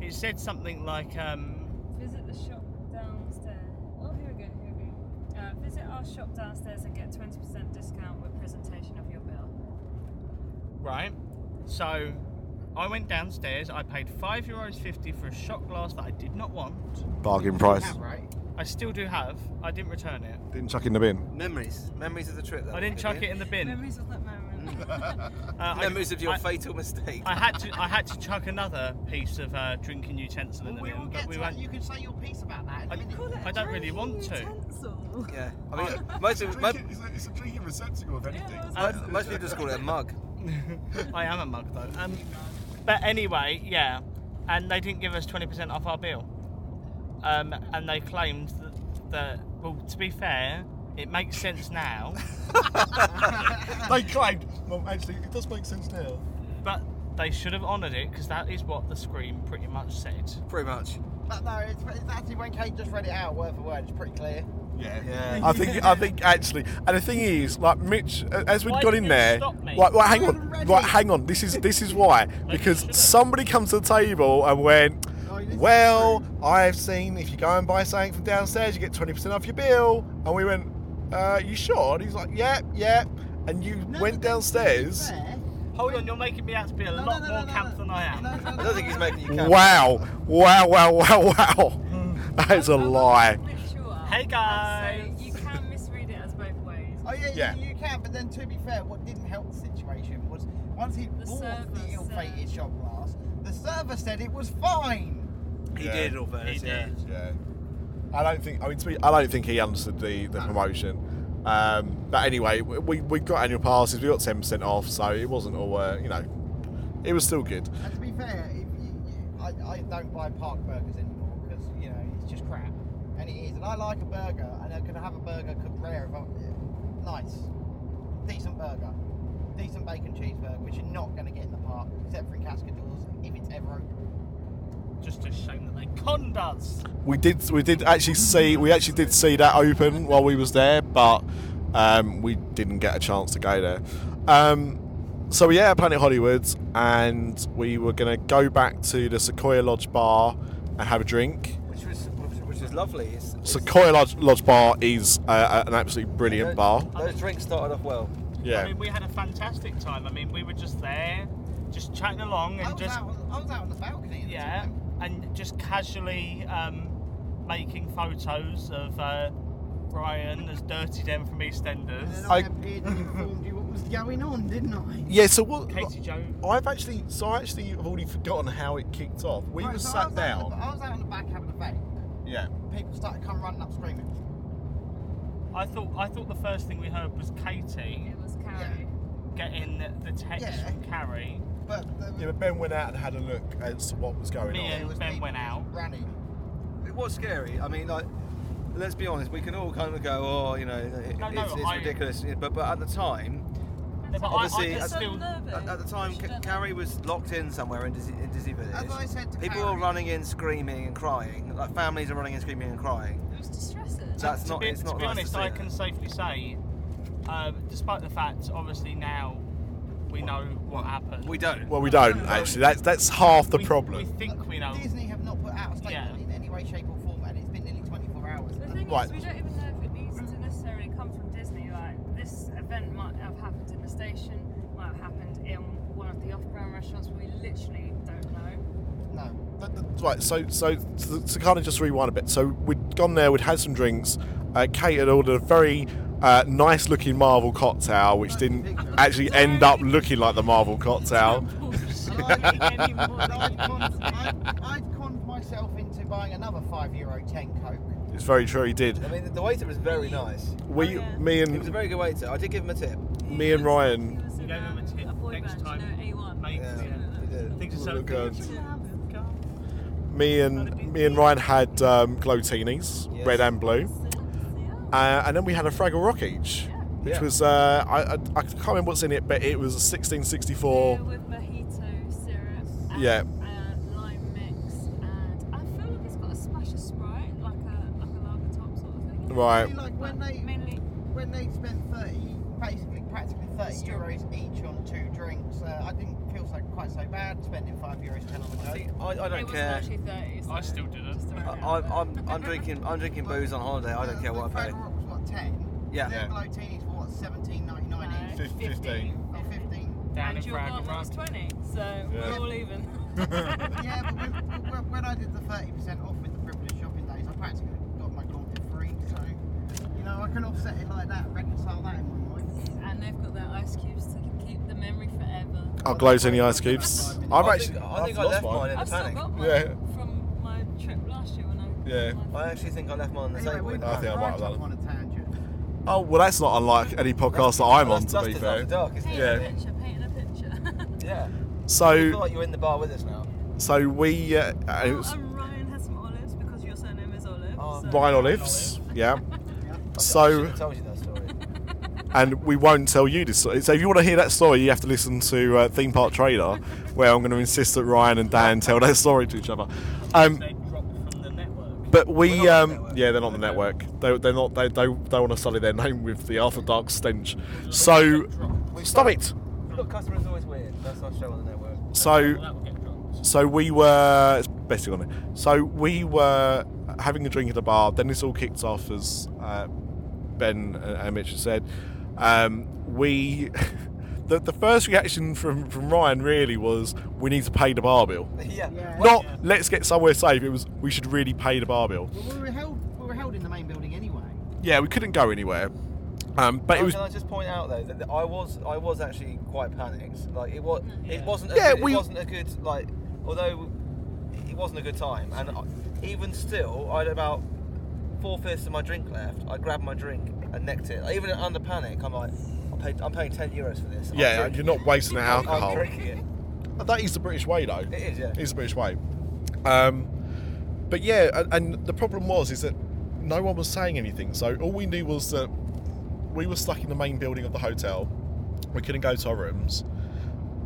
It said something like, um,
Visit the shop downstairs. Oh, here we go, here we go. Uh, visit our shop downstairs and get 20% discount with presentation of your bill.
right. So, I went downstairs. I paid five euros fifty for a shot glass that I did not want.
bargain price.
Have, right?
I still do have. I didn't return it.
Didn't chuck in the bin.
Memories, memories of the trip. Though,
I didn't chuck it in the bin.
Memories of that moment.
Uh,
Memories
I,
of your
I,
fatal mistake.
I had to. I had to chuck another piece of uh, drinking utensil in
Well,
the
we
bin,
will
but
get
we
to that.
won't.
You can say your piece about that. in a
I-
minute.
Call it
I don't
a
really want to.
drinking utensil.
yeah. I mean, most of most,
It's a drinking receptacle, if
anything. Yeah, I
most, most people just call it a mug.
I am a mug though. Um, but anyway, yeah, and they didn't give us twenty percent off our bill. Um, and they claimed that, that. Well, to be fair, it makes sense now,
they claimed. Well, actually, it does make sense now.
but they should have honoured it because that is what the scream pretty much said.
Pretty much.
But no, it's, it's actually when Kate just read it out word for word. It's pretty clear.
Yeah.
Yeah.
I think I think actually, and the thing is, like Mitch, a- as we
Why
have got
didn't
in
you
there,
stop me?
right, right, hang
I
on,
haven't read
right,
it.
hang on. This is this is why because
should've.
somebody comes to the table and went,
Oh, this is
well,
true.
I've seen if you go and buy something from downstairs, you get twenty percent off your bill, and we went, uh, you sure? And he's like, yeah, yeah, and you went
No, but then to be
downstairs.
fair-
Hold on, you're making me out to be a
No, no,
lot
no,
more
no, no,
camp
no.
than I am.
No, no,
I
no,
don't think he's
no, no.
making you count.
Wow, wow, wow, wow, wow. That is a
I'm not
lie.
completely sure.
Hey, guys.
So you can misread it as both ways.
Oh yeah,
Yeah.
You, you can. But then to be fair, what didn't help the situation was once he
The
bought
server
the ill-fated
said-
shot glass, the server said it was fine.
He
Yeah.
did, in all fairness.
He
yeah.
did.
Yeah. I don't think. I mean, to be, I don't think he understood the, the promotion. Um, but anyway, we we got annual passes. We got ten percent off, so it wasn't all. Uh, you know, it was still good.
And to be fair, if you, you, I, I don't buy park burgers anymore because you know it's just crap, and it is. And I like a burger, and I can have a burger cooked rare if I nice, decent burger, decent bacon cheeseburger, which you're not going to get in the park except for in Cascadores if it's ever open.
Just a shame that they conned us.
We did we did actually see we actually did see that open while we was there, but um, we didn't get a chance to go there. Um, so we yeah, Planet Hollywood, and we were gonna go back to the Sequoia Lodge bar and have a drink.
Which was which, which was lovely. It's, it's-
Sequoia Lodge, Lodge bar is uh, an absolutely brilliant
those-
bar.
Those drinks started off well.
Yeah.
I mean, we had a fantastic time. I mean, we were just there, just chatting along
I
and
was,
just
out, I was out on the balcony. At the
Yeah,
time.
and just casually um, making photos of uh, Brian as Dirty Den from
And then
EastEnders.
I,
I-
appeared and informed you what
was going on, didn't I?
Yeah, so what?
Casey Jones.
I've actually, so I actually have already forgotten how it kicked off. We
Right,
were
so I
sat
was out
down.
on the- I was out on the back having a vape.
yeah.
People started come running up screaming.
I thought I thought the first thing we heard was Katie
It was Carrie.
getting the text
Yeah.
from Carrie.
But the,
Yeah, but Ben went out and had a look as to what was going
Me
on.
and-
was
Ben
people
went out.
Running.
It was scary. I mean, like, let's be honest. We can all kind of go, oh, you know, it,
No, no,
it's, it's
I-
ridiculous. But but at the time,
But I-
Obviously,
I,
at-
could
It's so
still,
nervous.
At, at the time,
She
Ca-
don't know.
Carrie was locked in somewhere in Dizzy, in Dizzy Village.
As I said to
People
Carrie-
are running in, screaming and crying. Like families are running in, screaming and crying.
It was distressing.
That's
to
not.
be,
it's
to
not
be
nice
honest,
to see
I
that.
can safely say, um, despite the fact, obviously now we know what happened.
We don't.
Well, we don't actually. That's that's half the
We-
problem.
We think we know.
Disney have not put out a statement
Yeah.
in any way, shape, or form, and it's been nearly 24 hours. Uh,
The thing
Right.
is, we don't even know if it needs to necessarily come from Disney. Like this event might have happened in the station, might have happened in one of the off-brand restaurants. We literally don't know.
No.
Th- th- Right, so so to, to kind of just rewind a bit. So we'd gone there, we'd had some drinks. Uh, Kate had ordered a very uh, nice-looking Marvel cocktail, which didn't actually end up looking like the Marvel cocktail.
And I- and I'd conned- I'd I'd conned myself into buying another five euro ten coke.
It's very true, he
I
did.
mean, the, the waiter was very nice.
We,
Oh, yeah.
me
He was a
and
very good waiter. I did give him a tip.
me and
He
Ryan.
was in
gave him a
um,
tip.
a boy
Next
band,
time,
you know, A1.
Mate,
Yeah, he did.
Things are so
Look, uh,
good.
me and me and Ryan had um, glow teenies,
Yes.
red and blue, uh, and then we had a Fraggle Rock each, which
Yeah.
was uh, I, I I can't remember what's in it, but it was a 1664.
Beer with mojito syrup. And,
Yeah.
Uh, lime mix, and I feel like it's got a splash of Sprite, like a like a lager top sort of thing.
Oh.
Right.
See, like when
But
they
mainly
when they spent 30, basically practically 30
Strawberry.
euros each on two drinks, uh, I didn't feel so quite so bad spending five euros ten on the
I,
coke.
think- I, I
it
don't
was
care.
actually 30. So
I still didn't.
just around
I,
there.
I'm, I'm, I'm drinking. I'm drinking booze on holiday. I don't care what I pay.
The Uh, Rock was what ten.
Yeah.
The Glotinis were what seventeen ninety nine each.
Right.
Fif- 15.
Or fifteen.
Down in
and your
Fraggle
one
Rock.
was 20, so we're all even.
yeah, but when, when, when I did the thirty percent off with the privileged shopping days, I practically got my gauntlet free. So you know I can offset it like that, reconcile that in my mind.
and they've got their ice cubes to keep the memory forever.
Oh, glows in the ice cubes. I've
I
actually.
think- I think I
lost
left mine in the
I've still
panic.
got one
Yeah.
from my trip last year when I.
Yeah.
my-
I actually think I left mine on the
Anyway,
table.
we
I think I might have
right
done
off
it.
on a tangent.
Oh well, that's not unlike any podcast that I'm on.
That's
To be
dusted after
fair.
dark, isn't it?
Painting
Yeah.
a picture, painting a picture.
Yeah. I feel
So
like you're in the bar with us now.
so we uh, uh, it
oh,
was
and Ryan has some olives because your surname is Olive.
Oh.
so-
Ryan Olives. Yeah.
I
So
should've told you that story.
and we won't tell you this. story. So if you want to hear that story, you have to listen to uh, Theme Park Trailer, where I'm going to insist that Ryan and Dan tell that story to each other. Um,
They dropped from the network.
but
We're
we
not on the
um,
network.
yeah, they're not on the network. They they're not they they, they want to sully their name with the After Dark stench. So stop it.
Look, customers always weird. That's our show on the network.
So.
Well, that will get dropped.
So we were it's basically on it. So we were having a drink at a bar. Then this all kicked off, as uh, Ben and and Mitch had said. Um, we the, the first reaction from from Ryan really was we need to pay the bar bill.
yeah.
Not let's get somewhere safe. It was we should really pay the bar bill.
Well, we were held we were held in the main building anyway.
Yeah, we couldn't go anywhere. Um, but it
Oh,
was
Can I just point out though that that I was I was actually quite panicked. Like it was it wasn't a
Yeah,
good,
we-
it wasn't a good like although it wasn't a good time and I, even still I had about four fifths of my drink left. I grabbed my drink and necked it. Even under panic, I'm like I paid, I'm paying ten euros for this. I'm
yeah,
drinking
you're not wasting that
it.
alcohol.
I'm drinking it.
That is the British way, though.
It is, yeah.
It is the British way. Um, but yeah, and, and the problem was is that no one was saying anything. So all we knew was that we were stuck in the main building of the hotel. We couldn't go to our rooms,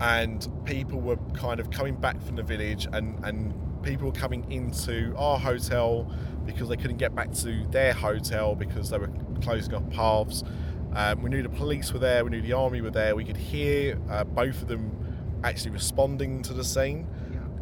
and people were kind of coming back from the village, and and people were coming into our hotel because they couldn't get back to their hotel because they were closing off paths. Um, we knew the police were there. We knew the army were there. We could hear uh, both of them actually responding to the scene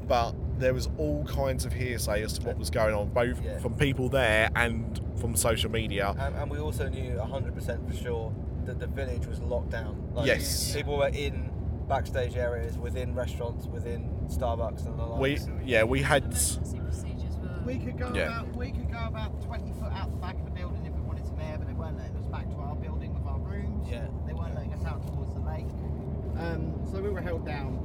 but there was all kinds of hearsay as to what was going on, both
Yeah.
from people there and from social media.
And, and we also knew 100% for sure that the village was locked down.
Yes.
People were in backstage areas, within restaurants, within Starbucks and the like.
We yeah we had
Emergency procedures were. Oh,
We could go
Yeah.
about we could go about twenty foot out the back of the building if we wanted to there, but they weren't letting us back to our building with our rooms.
Yeah.
They weren't letting us out towards the Um, so we were held down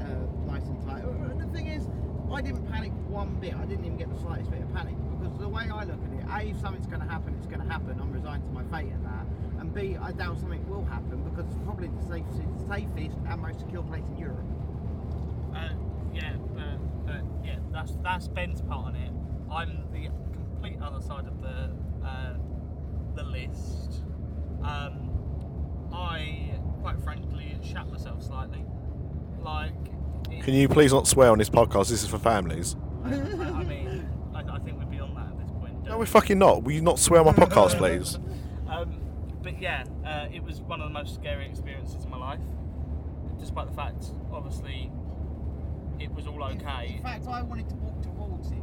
uh, nice and tight. And the thing is, I didn't panic one bit. I didn't even get the slightest bit of panic because the way I look at it, A, if something's going to happen, it's going to happen. I'm resigned to my fate at that. And B, I doubt something will happen because it's probably the safest, safest and most secure place in Europe.
Uh, yeah, but, but yeah, that's that's Ben's part on it. I'm the complete other side of the uh, the list. Um, I quite frankly shat myself slightly. Like, it-
Can you please not swear on this podcast? This is for families.
I, I mean, I, I think we're beyond that at this point.
No,
don't
we're fucking not. Will you not swear on my podcast, please?
Um, but yeah, uh, it was one of the most scary experiences of my life. Despite the fact, obviously, it was all
In-
okay.
In fact, I wanted to walk towards it.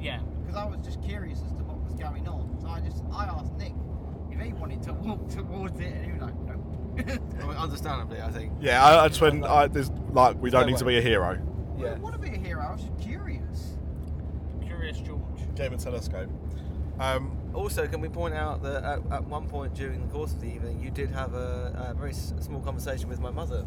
Yeah,
because I was just curious as to what was going on. So I just I asked Nick if he wanted to walk towards it, and he was like, "Nope."
I mean, understandably, I think.
Yeah, I, I just went. I, there's like we don't need to be a hero.
I
Yeah.
didn't want to be a hero. I was just curious.
curious George.
Game and telescope. Um,
Also, can we point out that at, at one point during the course of the evening, you did have a, a very s- small conversation with my mother.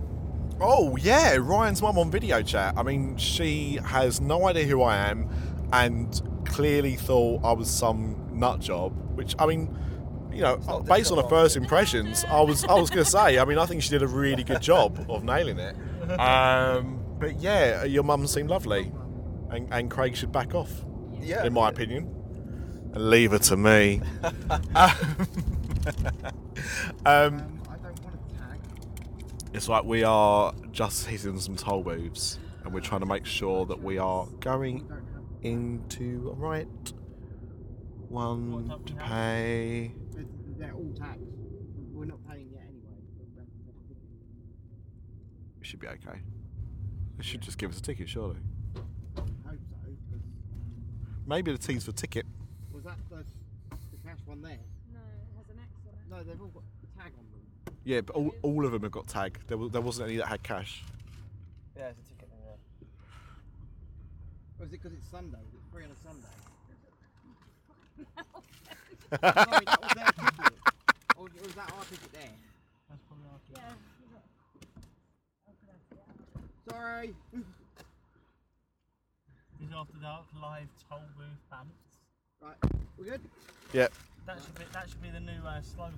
Oh yeah, Ryan's mum on video chat. I mean, she has no idea who I am, Um, and clearly thought I was some nut job. Which I mean, you know,
not
based on her
difficult.
first impressions, I was I was gonna say. I mean, I think she did a really good job of nailing it. Um, but yeah, your mum seemed lovely, and, and Craig should back off,
Yeah.
in my opinion, and leave her to me. Um, um,
Um, I don't want to tag.
it's like we are just hitting some toll booths and we're trying to make sure that we are going into a right one to pay.
It's- They're all tags. We're not paying yet anyway. but we're- we're thinking.
It should be okay. They should just give us a ticket, surely.
I hope so. 'cause-
Maybe the T's for ticket.
was that the, the cash one there? No, they've all got the tag on them.
Yeah, but all, all of them have got tag. There, was, there wasn't any that had cash.
Yeah, it's a ticket. thing, Yeah.
Or is it because it's Sunday? It's free on a Sunday. Sorry, that was their ticket. Or, or was that our ticket there? Sorry.
Is after dark live toll booth bants.
Right, we're good.
Yeah.
That should be that should be the new uh, slogan.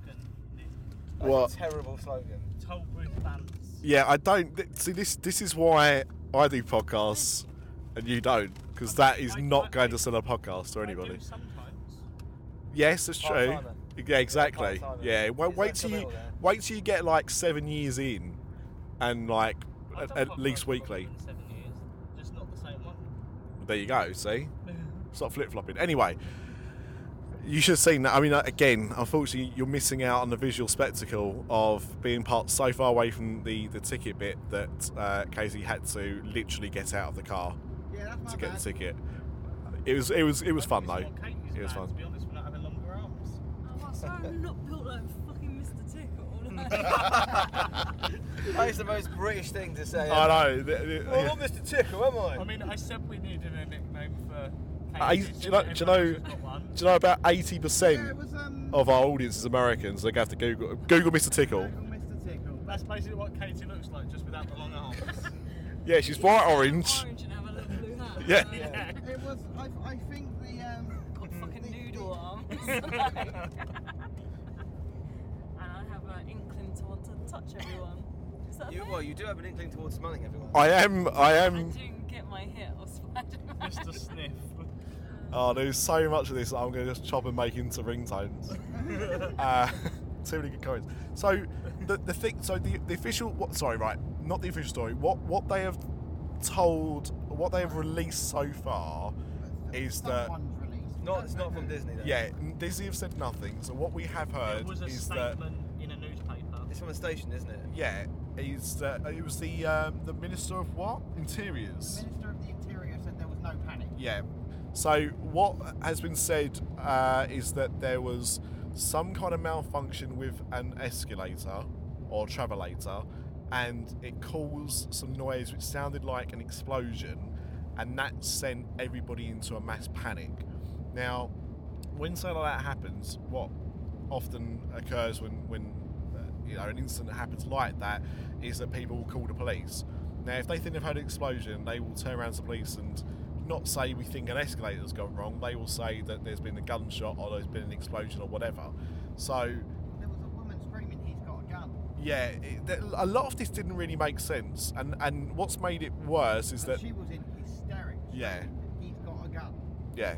is
Like
What?
A terrible slogan.
Toll booth bants.
Yeah, I don't. th- See, this this is why I do podcasts and you don't, because that is
I- I-
not going
I-
to sell a podcast or
I do
anybody.
Sometimes.
Yes, that's true.
Part-timer.
Yeah, exactly.
Part-timer.
Yeah,
It's
wait,
like
wait till you
committal there.
wait till you get like seven years in, and like
I've
at,
done
at least
podcasts for longer
weekly.
than Seven years, just not the same one.
There you go. See, stop flip flopping. Anyway, you should have seen that. I mean, uh, again, unfortunately, you're missing out on the visual spectacle of being part so far away from the the ticket bit that uh, Casey had to literally get out of the car
Yeah, that's my
to get
bad.
the ticket. It was it was it was fun though.
It was fun. To be honest, we're not having longer arms.
I'm sorry, I'm not built like fucking Mr. Tickle.
That is the most British thing to say.
I
ever.
know. th- th-
Well,
yeah.
not Mr. Tickle, am I?
I mean, I said we needed a nickname for.
I, do
Kate,
you know? Do you know?
everyone else has got one.
Do you know about eighty
Yeah, it
percent
was um.
Oh,
of our audience is Americans? They have to Google Google Mr. Tickle.
Google Mr. Tickle.
That's basically what Katie looks like, just without the long arms.
Yeah, she's bright orange.
Orange and have a little blue hat.
Yeah.
yeah.
It was. I, I think the um.
Got
Mm.
fucking noodle arms. and I have an inkling to want to touch everyone. Is that a
You,
thing?
well, you do have an inkling towards smelling everyone.
I am. I
I
am.
didn't get my hit or Spider-Man.
Mr. Sniff.
Oh, there's so much of this that I'm going to just chop and make into ringtones. uh, too many good comments. So the the thing. So the the official. What? Sorry, right. Not the official story. What what they have told. What they have released so far is that.
Someone's released.
Not, it's not from Disney. Though.
Yeah, Disney have said nothing. So what we have
It
heard
was a
is that.
statement in a newspaper.
It's from a station, isn't it?
Yeah, he's uh,
oh,
it was the um, the minister of what interiors.
Minister of the Interior said there was no panic.
Yeah. So what has been said uh, is that there was some kind of malfunction with an escalator or travelator, and it caused some noise which sounded like an explosion, and that sent everybody into a mass panic. Now, when something like that happens, what often occurs when when uh,
you know, an incident that happens like that is that people will call the police. Now, if they think they've heard an explosion, they will turn around to police and not say we think an escalator's gone wrong. They will say that there's been a gunshot or there's been an explosion or whatever. So
There was a woman screaming, he's got a gun.
yeah, it, th- a lot of this didn't really make sense. And and what's made it worse is
And
that
she was in hysterics.
Yeah.
screaming, He's got a gun.
Yeah.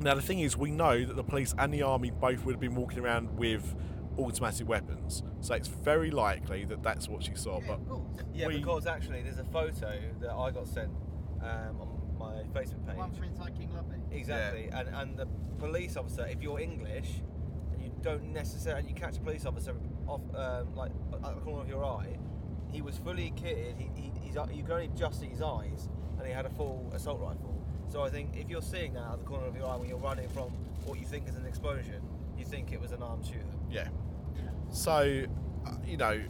Now the thing is, we know that the police and the army both would have been walking around with automatic weapons, so it's very likely that that's what she saw.
yeah,
Oh, But
of course.
Yeah,
We-
because actually, there's a photo that I got sent um, on my Facebook page.
One for inside King Lubbock.
Exactly, and and the police officer, if you're English, and you don't necessarily, and you catch a police officer off um, like at the corner of your eye, he was fully kitted. He, he, he's you can only just see his eyes, and he had a full assault rifle. So I think if you're seeing that at the corner of your eye when you're running from what you think is an explosion, you think it was an armed shooter.
yeah. So, uh, you know,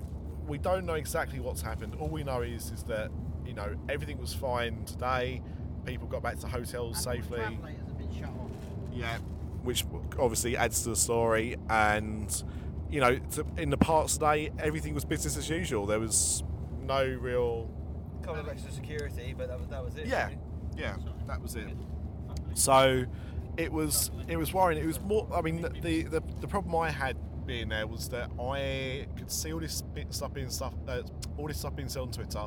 we don't know exactly what's happened. All we know is is that you know everything was fine today. People got back to hotels
And all the
safely.
travellers have been shut off.
Yeah. Which obviously adds to the story. And, you know, to, in the parts today, everything was business as usual. There was no real.
A couple of extra security, but that was that was it.
Yeah.
really.
Yeah. That was it. So it was it was worrying. It was more. I mean, the the, the problem I had being there was that I could see all this bit stuff being stuff uh, all this stuff being said on Twitter.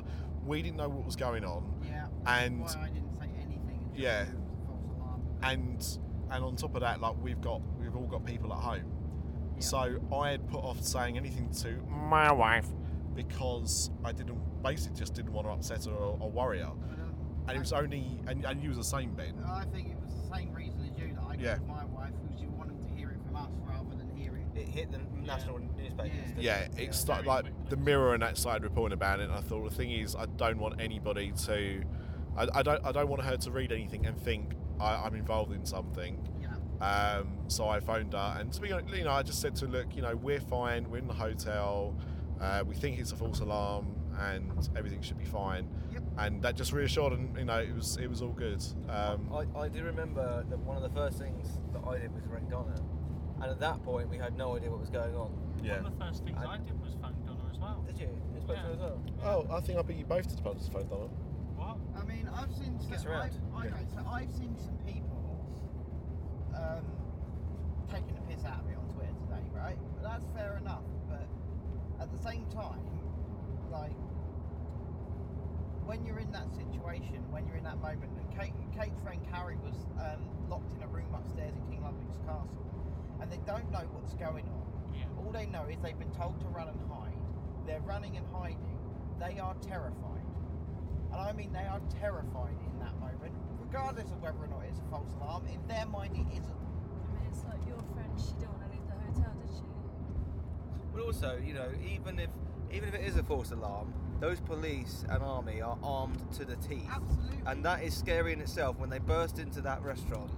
We didn't know what was going on,
Yeah.
and
Why I didn't say anything. until
Yeah.
there was a False alarm.
and and on top of that, like we've got we've all got people at home.
Yeah.
So I had put off saying anything to my wife because I didn't basically just didn't want to upset her or, or worry her.
But, um,
And it was only and, and you was the same Ben.
I think it was the same reason as you that I
Yeah.
called my wife, because you wanted to hear it from us rather than hear it.
It hit the national newspapers.
Yeah.
didn't
Yeah,
it?
it started like the mirror and that started reporting about it. And I thought the thing is, I don't want anybody to, I, I don't I don't want her to read anything and think I, I'm involved in something.
Yeah.
Um, so I phoned her, and to be honest, you know, I just said to her, look, you know, we're fine. We're in the hotel. Uh, we think it's a false alarm, and everything should be fine.
Yep.
And that just reassured, and you know, it was it was all good. Um,
I, I do remember that one of the first things that I did was Rengana, and at that point we had no idea what was going on.
yeah.
One of the first things I, did was phone Donna as well.
Did you? You spoke to her as well.
Oh, I think I bet you both to the phone dial.
What?
I mean, I've seen.
Gets
some,
around.
I, I know. So I've seen some people um, taking the piss out of me on Twitter today, right? But that's fair enough. But at the same time, like when you're in that situation, when you're in that moment, and Kate, Kate's friend Carrie was um, locked in a room upstairs in King Ludwig's castle, and they don't know what's going on.
Yeah.
All they know is they've been told to run and hide. They're running and hiding. They are terrified. And I mean, they are terrified in that moment, regardless of whether or not it's a false alarm. In their mind, it isn't.
I mean, it's like your friend, she didn't want to leave the hotel, did she?
But also, you know, even if even if it is a false alarm, those police and army are armed to the teeth,
Absolutely.
and that is scary in itself. When they burst into that restaurant,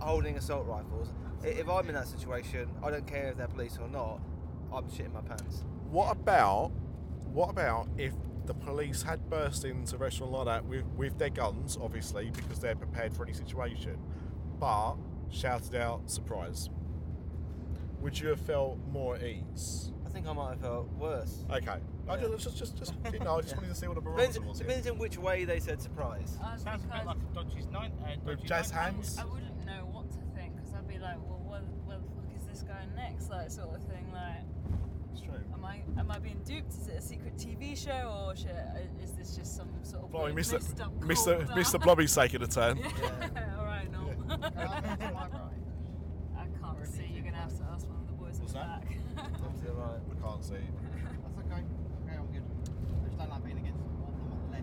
holding assault rifles. i- If I'm in that situation, I don't care if they're police or not. I'm shitting my pants.
What about what about if the police had burst into a restaurant like that with, with their guns, obviously, because they're prepared for any situation, but shouted out surprise? Would you have felt more at ease?
I think I might have felt worse.
Okay. I just, just, just, just you know, I just wanted to see what the
Depends,
barometer was. here.
depends in which way they said surprise.
I
Sounds a
think I'd-
bit like a dodgy's nine. Uh,
With
dodgy
jazz
nine-
hands.
I wouldn't know what to think because I'd be like, well, where, where the fuck is this going next? Like, sort of thing. Like,
It's true.
am I am I being duped? Is it a secret TV show or shit? I- Is this just some sort of
Blimey,
weird
Mr.
messed up
Mr.
cult?
Mr. Blobby's taking a turn.
Yeah. All right, no.
Can I move to my right?
I
Or
can't
is
see.
it
You're gonna have to ask one of the boys in
What's
the
that?
back.
Off to the right.
I can't see.
That's okay. Okay, I'm good. I just don't like being against the wall. I'm on the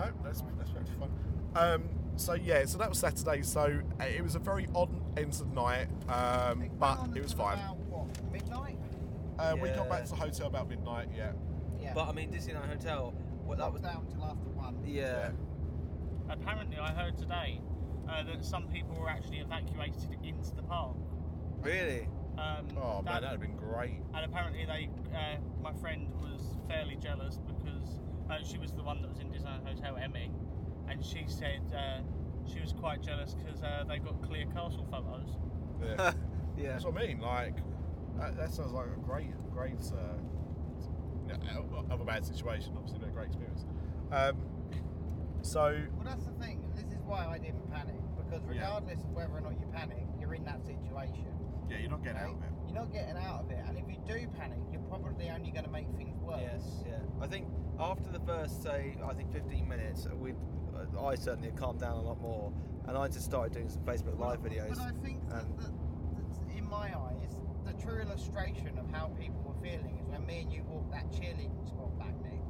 left.
No, that's that's actually fun. Um, so yeah, so that was Saturday. So uh, it was a very odd end to the night, um,
It
but
went on
it was
till
fine.
About, what, midnight?
Uh, We got back
Yeah.
to the hotel about midnight. Yeah,
Yeah.
But I mean, Disneyland Hotel. Well, that was uh,
down till after one.
yeah.
Apparently, I heard today uh, that some people were actually evacuated into the park.
Really?
Um,
Oh man,
that-
that'd have been great.
and apparently they, uh, my friend was fairly jealous because uh, she was the one that was in Design Hotel Emmy, and she said uh, she was quite jealous because uh, they got clear castle photos.
Yeah.
Yeah.
That's what I mean. Like that, that sounds like a great, great uh,
out of a bad situation. Obviously, not a great experience. Um, so
Well, that's the thing. This is why I didn't panic because
Yeah.
regardless of whether or not you panic, you're in that situation.
yeah, you're not getting out of it.
You're not getting out of it, and if you do panic, you're probably only going to make things worse.
Yes, yeah. I think after the first, say, I think 15 minutes, we, I certainly had calmed down a lot more, and I just started doing some Facebook Live videos.
But I think
and-
that, that, that in my eyes, the true illustration of how people were feeling is when me and you walked that cheerleading squad back, Nick,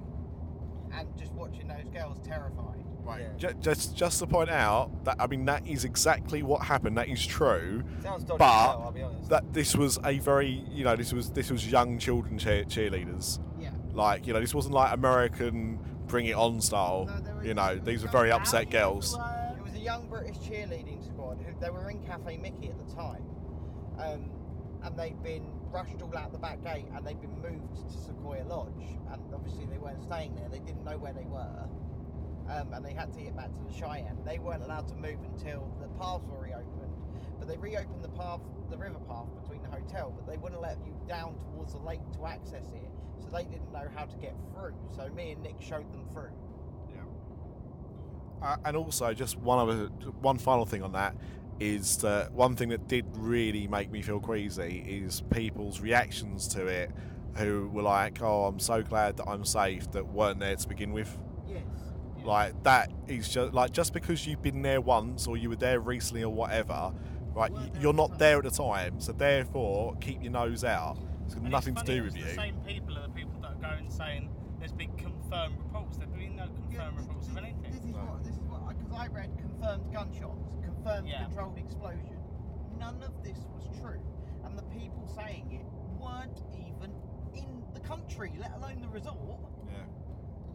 and just watching those girls terrified.
Right.
Yeah.
Ju- Just, just to point out that I mean that is exactly what happened. That is true.
Sounds dodgy,
but
as hell, I'll be honest.
that this was a very, you know, this was this was young children cheer- cheerleaders.
Yeah.
Like, you know, this wasn't like American Bring It On style.
No, they were-
you know, these were very upset girls.
It was a young British cheerleading squad who they were in Cafe Mickey at the time, um, and they'd been rushed all out the back gate and they'd been moved to Sequoia Lodge, and obviously they weren't staying there. They didn't know where they were, um, and they had to get back to the Cheyenne. They weren't allowed to move until the paths were reopened, but they reopened the path, the river path between the hotel, but they wouldn't let you down towards the lake to access it. So they didn't know how to get through. So me and Nick showed them through.
Uh, and also, just one other, one final thing on that is that one thing that did really make me feel queasy is people's reactions to it, who were like, "Oh, I'm so glad that I'm safe," that weren't there to begin with.
Yes.
Like that is just like just because you've been there once or you were there recently or whatever, right?
Weren't
y-
there
You're
at the
not
time.
there at the time, so therefore keep your nose out. It's got
And
nothing
it's
to
funny,
do
it's
with you.
The same people are the people that are going saying there's been confirmed reports. There've been no
Yeah,
confirmed
th-
reports of
th- This
anything.
is what this is what because I read confirmed gunshots, confirmed
Yeah.
controlled explosion. None of this was true, and the people saying it weren't even in the country, let alone the resort.
Yeah.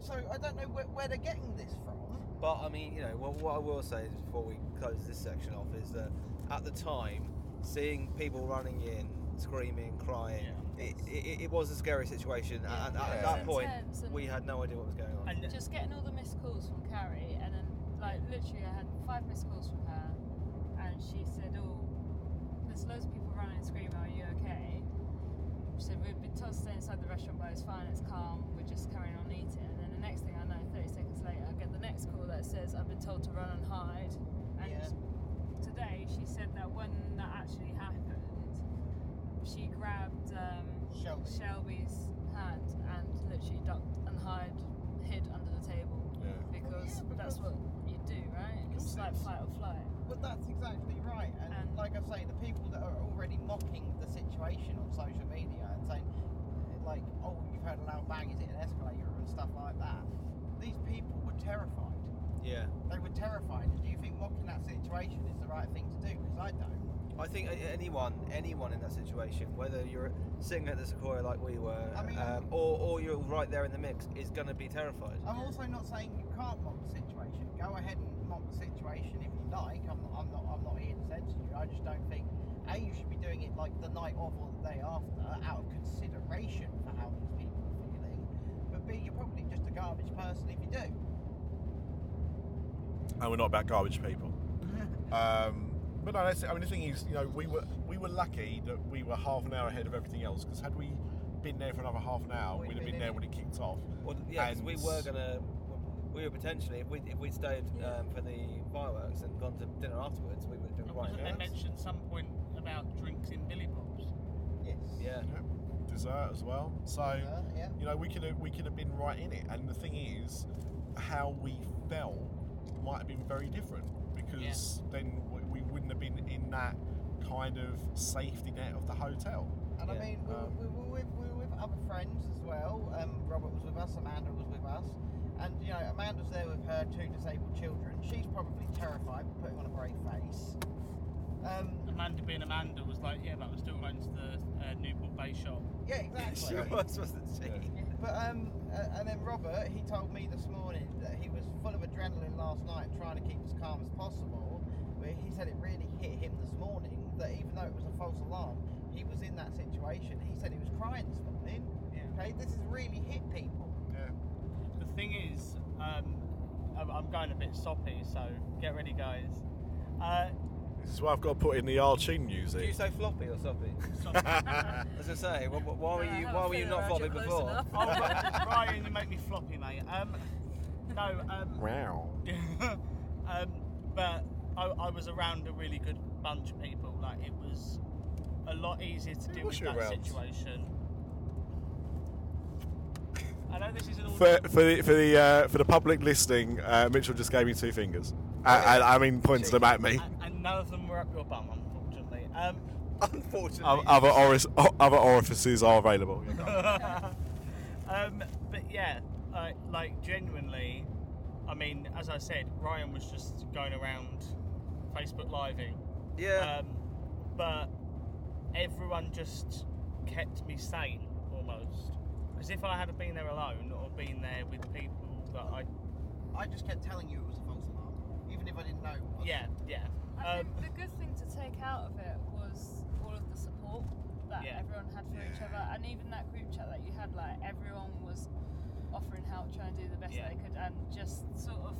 So I don't know where, where they're getting this from.
But I mean, you know, what, what I will say is before we close this section off is that at the time, seeing people running in, screaming, crying, it, it, it was a scary situation.
Yeah.
and at, at
It was
that point,
intense and-
we had no idea what was going on.
And
Just getting all the missed calls from Carrie, and then like literally, I had five missed calls from her, and she said, "Oh, there's loads of people running and screaming. Are you okay?" She said, "We've been told to stay inside the restaurant, but it's fine. It's calm. We're just carrying on eating." And then the next thing I know, 30 seconds later, I get the next call that says, "I've been told to run and hide." And today, she said that when that actually happened, she grabbed. Um,
Shelby.
Shelby's hand and literally ducked and hide, hid under the table
Yeah,
because that's
because-
what you do, right? It's like fight or flight.
But that's exactly right. And,
And-
like I say, the people that are already mocking the situation on social media and saying, like, oh, you've heard a loud bang, is it an escalator and stuff like that. These people were terrified.
Yeah.
They were terrified. And do you think mocking that situation is the right thing to do? Because I don't.
I think a- anyone, anyone in that situation, whether you're sitting at the Sequoia like we were,
I mean-
um, or, or you're right there in the mix, is going to be terrified.
I'm also not saying you can't mock the situation. Go ahead and mock the situation if you like. I'm not. I'm not. I'm not here to censor you. I just don't think a you should be doing it like the night of or the day after out of consideration for how these people are feeling. But b you're probably just a garbage person if you do.
and we're not about garbage people. um, but no, that's it. I mean, the thing is, you know, we were we were lucky that we were half an hour ahead of everything else because had we been there for another half an hour,
We'd
we'd, have
been
been
in
there
it.
when it kicked off.
Well, yeah, 'cause we
And-
were gonna, we were potentially if we if we stayed um, for the fireworks and gone to dinner afterwards, we would have been right.
wasn't there
there.
mentioned some point about drinks in Billy Bob's?
Yes.
Yeah,
Dessert as well. So
Uh, yeah.
you know, we could have, we could have been right in it. And the thing is, how we felt might have been very different because then we- we wouldn't have been in that kind of safety net of the hotel.
And I
Yeah.
mean, we, were-
Um,
we, were with, we were with other friends as well. Um, Robert was with us, Amanda was with us. And, you know, Amanda's there with her two disabled children. She's probably terrified, but putting on a brave face. Um,
Amanda being Amanda was like, yeah, but I'm still going to the uh, Newport Bay shop.
yeah, exactly.
she was, wasn't she?
But, um, uh, and then Robert, he told me this morning that he was full of adrenaline last night, trying to keep as calm as possible. But he said it really hit him this morning that even though it was a false alarm, he was in that situation. He said he was crying this morning. Okay, this has really hit people.
The thing is, um, I'm- I'm going a bit soppy, so get ready, guys. Uh,
This is That's why I've got to put in the Archie
Do you
music.
say floppy or soppy? As I say, wh- wh- why were
I
you
have a
why were you
feeling
not
Roger
floppy
close
before?
enough.
Oh, Ri- Ryan, you make me floppy, mate. Um, no, um,
Wow.
um, but I, I was around a really good bunch of people. Like it was a lot easier to deal
was
with
you
that
around?
situation. I know this is an
For,
audio.
for the for the uh, for the public listening, uh, Mitchell just gave me two fingers. I, I, I mean, pointed them at me.
and- and none of them were up your bum, unfortunately. Um,
Unfortunately,
O- Other oris- o- other orifices are available.
um, but yeah, uh, like genuinely, I mean, as I said, Ryan was just going around Facebook living.
yeah.
Um, but everyone just kept me sane almost. Because if I had been there alone or been there with people that I.
I just kept telling you it was a false alarm, even if I didn't know. It was.
Yeah, yeah.
I
Um,
think the good thing to take out of it was all of the support that
Yeah.
everyone had for each other, and even that group chat that you had, like everyone was offering help, trying to do the best
Yeah.
they could, and just sort of,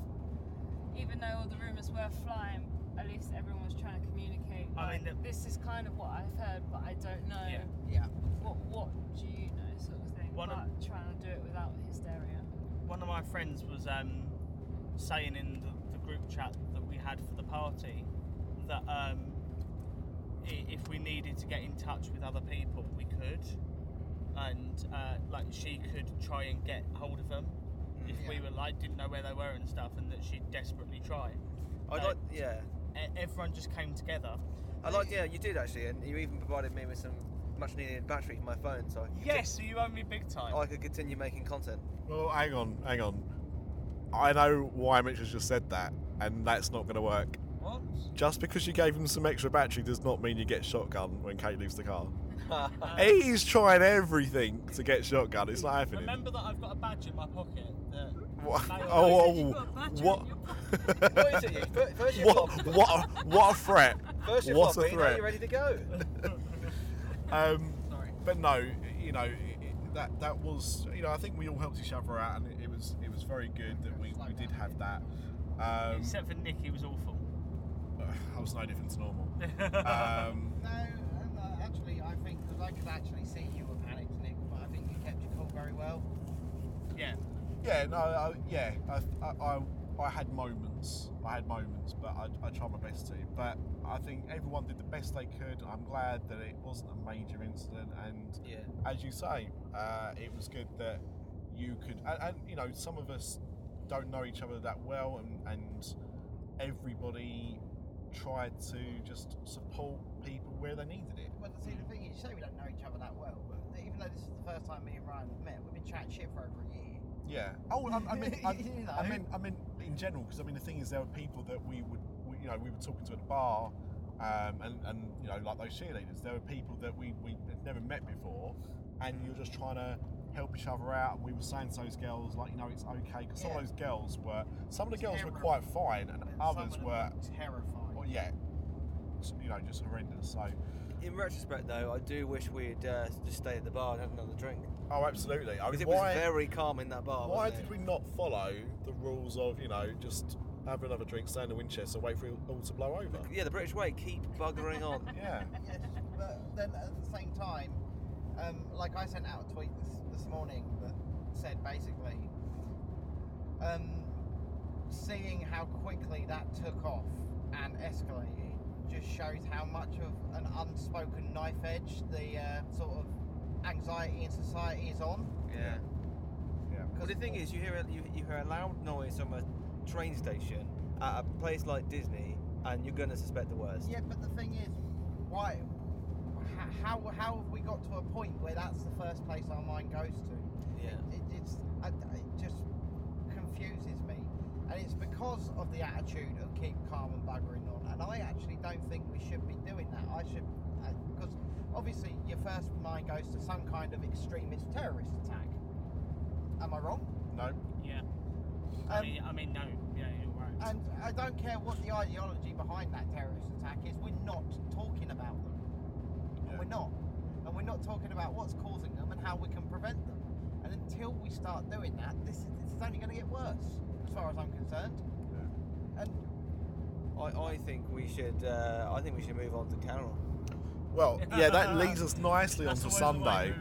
even though all the rumours were flying, at least everyone was trying to communicate.
I mean,
like,
the-
this is kind of what I've heard, but I don't know.
Yeah.
Yeah.
What What do you know, sort of thing.
One
but
of-
trying to do it without hysteria.
one of my friends was um, saying in the, the group chat that we had for the party that um, i- if we needed to get in touch with other people, we could. And uh, like she could try and get hold of them if we
Yeah.
were like didn't know where they were and stuff, and that she'd desperately try.
I'd
uh,
like yeah.
E- everyone just came together.
I like yeah. You did actually, and you even provided me with some much needed battery for my phone, so I could,
Yes, you owe me big time.
I could continue making content.
Well, hang on, hang on. I know why Mitchell's just said that, and that's not going to work.
What?
Just because you gave him some extra battery does not mean you get shotgun when Kate leaves the car.
Uh,
He's trying everything to get shotgun. It's not happening.
remember that I've got a badge in my pocket. That
What?
Mate,
Oh,
you
oh,
got a badge in
what?
your
what is it? You? Fir- First you flop.
What? What? a- What a threat!
First you
what
flop.
a
but you know
threat!
you're ready to go.
Um,
Sorry.
but no, you know it, it- that that was you know I think we all helped each other out, and it, it was it was very good that we, we did have that. Um,
except for Nicky was awful.
I was no different to normal. Um,
No, and, uh, actually, I think because I could actually see you were panicked, Nick, but I think you kept your cool very well.
Yeah.
yeah, no, I, yeah, I, I, I, I had moments, I had moments, but I, I tried my best to. But I think everyone did the best they could. I'm glad that it wasn't a major incident, and
Yeah.
as you say, uh, it was good that you could, and, and you know, some of us don't know each other that well, and, and everybody tried to just support people where they needed it.
Well, see, the thing is, you say we don't know each other that well, but even though this is the first time me and Ryan have met, we've been chatting shit for over a year.
Yeah. Oh, I, I mean, I,
You know.
I mean, I mean, in general, because I mean, the thing is, there were people that we would, we, you know, we were talking to at the bar, um, and and you know, like those cheerleaders, there were people that we we had never met before, and you're just trying to help each other out. And we were saying to those girls, like, you know, it's okay, because some
Yeah.
of those girls were, some of the girls were
Terrible.
quite fine, and
And some
others
of them
were,
terrified.
well, yeah, s- you know, just horrendous. So,
In retrospect, though, I do wish we'd uh, just stayed at the bar and had another drink
oh, absolutely. I
because
mean,
it was
why,
very calm in that bar.
Why
wasn't
did we
it?
not follow the rules of, you know, just have another drink, stay in the Winchester, wait for it all to blow over?
Yeah, the British way. Keep buggering on.
Yeah.
Yes, but then at the same time, um, like I sent out a tweet this, this morning that said basically, um, seeing how quickly that took off and escalated just shows how much of an unspoken knife edge the uh, sort of anxiety in society is on.
Yeah.
Yeah.
Because the thing is, you hear a, you, you hear a loud noise from a train station at a place like Disney, and you're gonna suspect the worst.
Yeah, but the thing is, why? h- How how have we got to a point where that's the first place our mind goes to?
Yeah.
it, it's I, it just confuses me and it's because of the attitude of keep calm and buggering on and i actually don't think we should be doing that i should because obviously your first mind goes to some kind of extremist terrorist attack am i wrong
No.
Yeah. I
um,
mean, I mean, no. Yeah, you're right.
and i don't care what the ideology behind that terrorist attack is we're not talking about them
Yeah.
and we're not and we're not talking about what's causing them and how we can prevent them and until we start doing that this is, this is only going to get worse as far as i'm concerned and
I, I think we should uh, I think we should move on to Carol.
Well, yeah, that leads us nicely onto Sunday.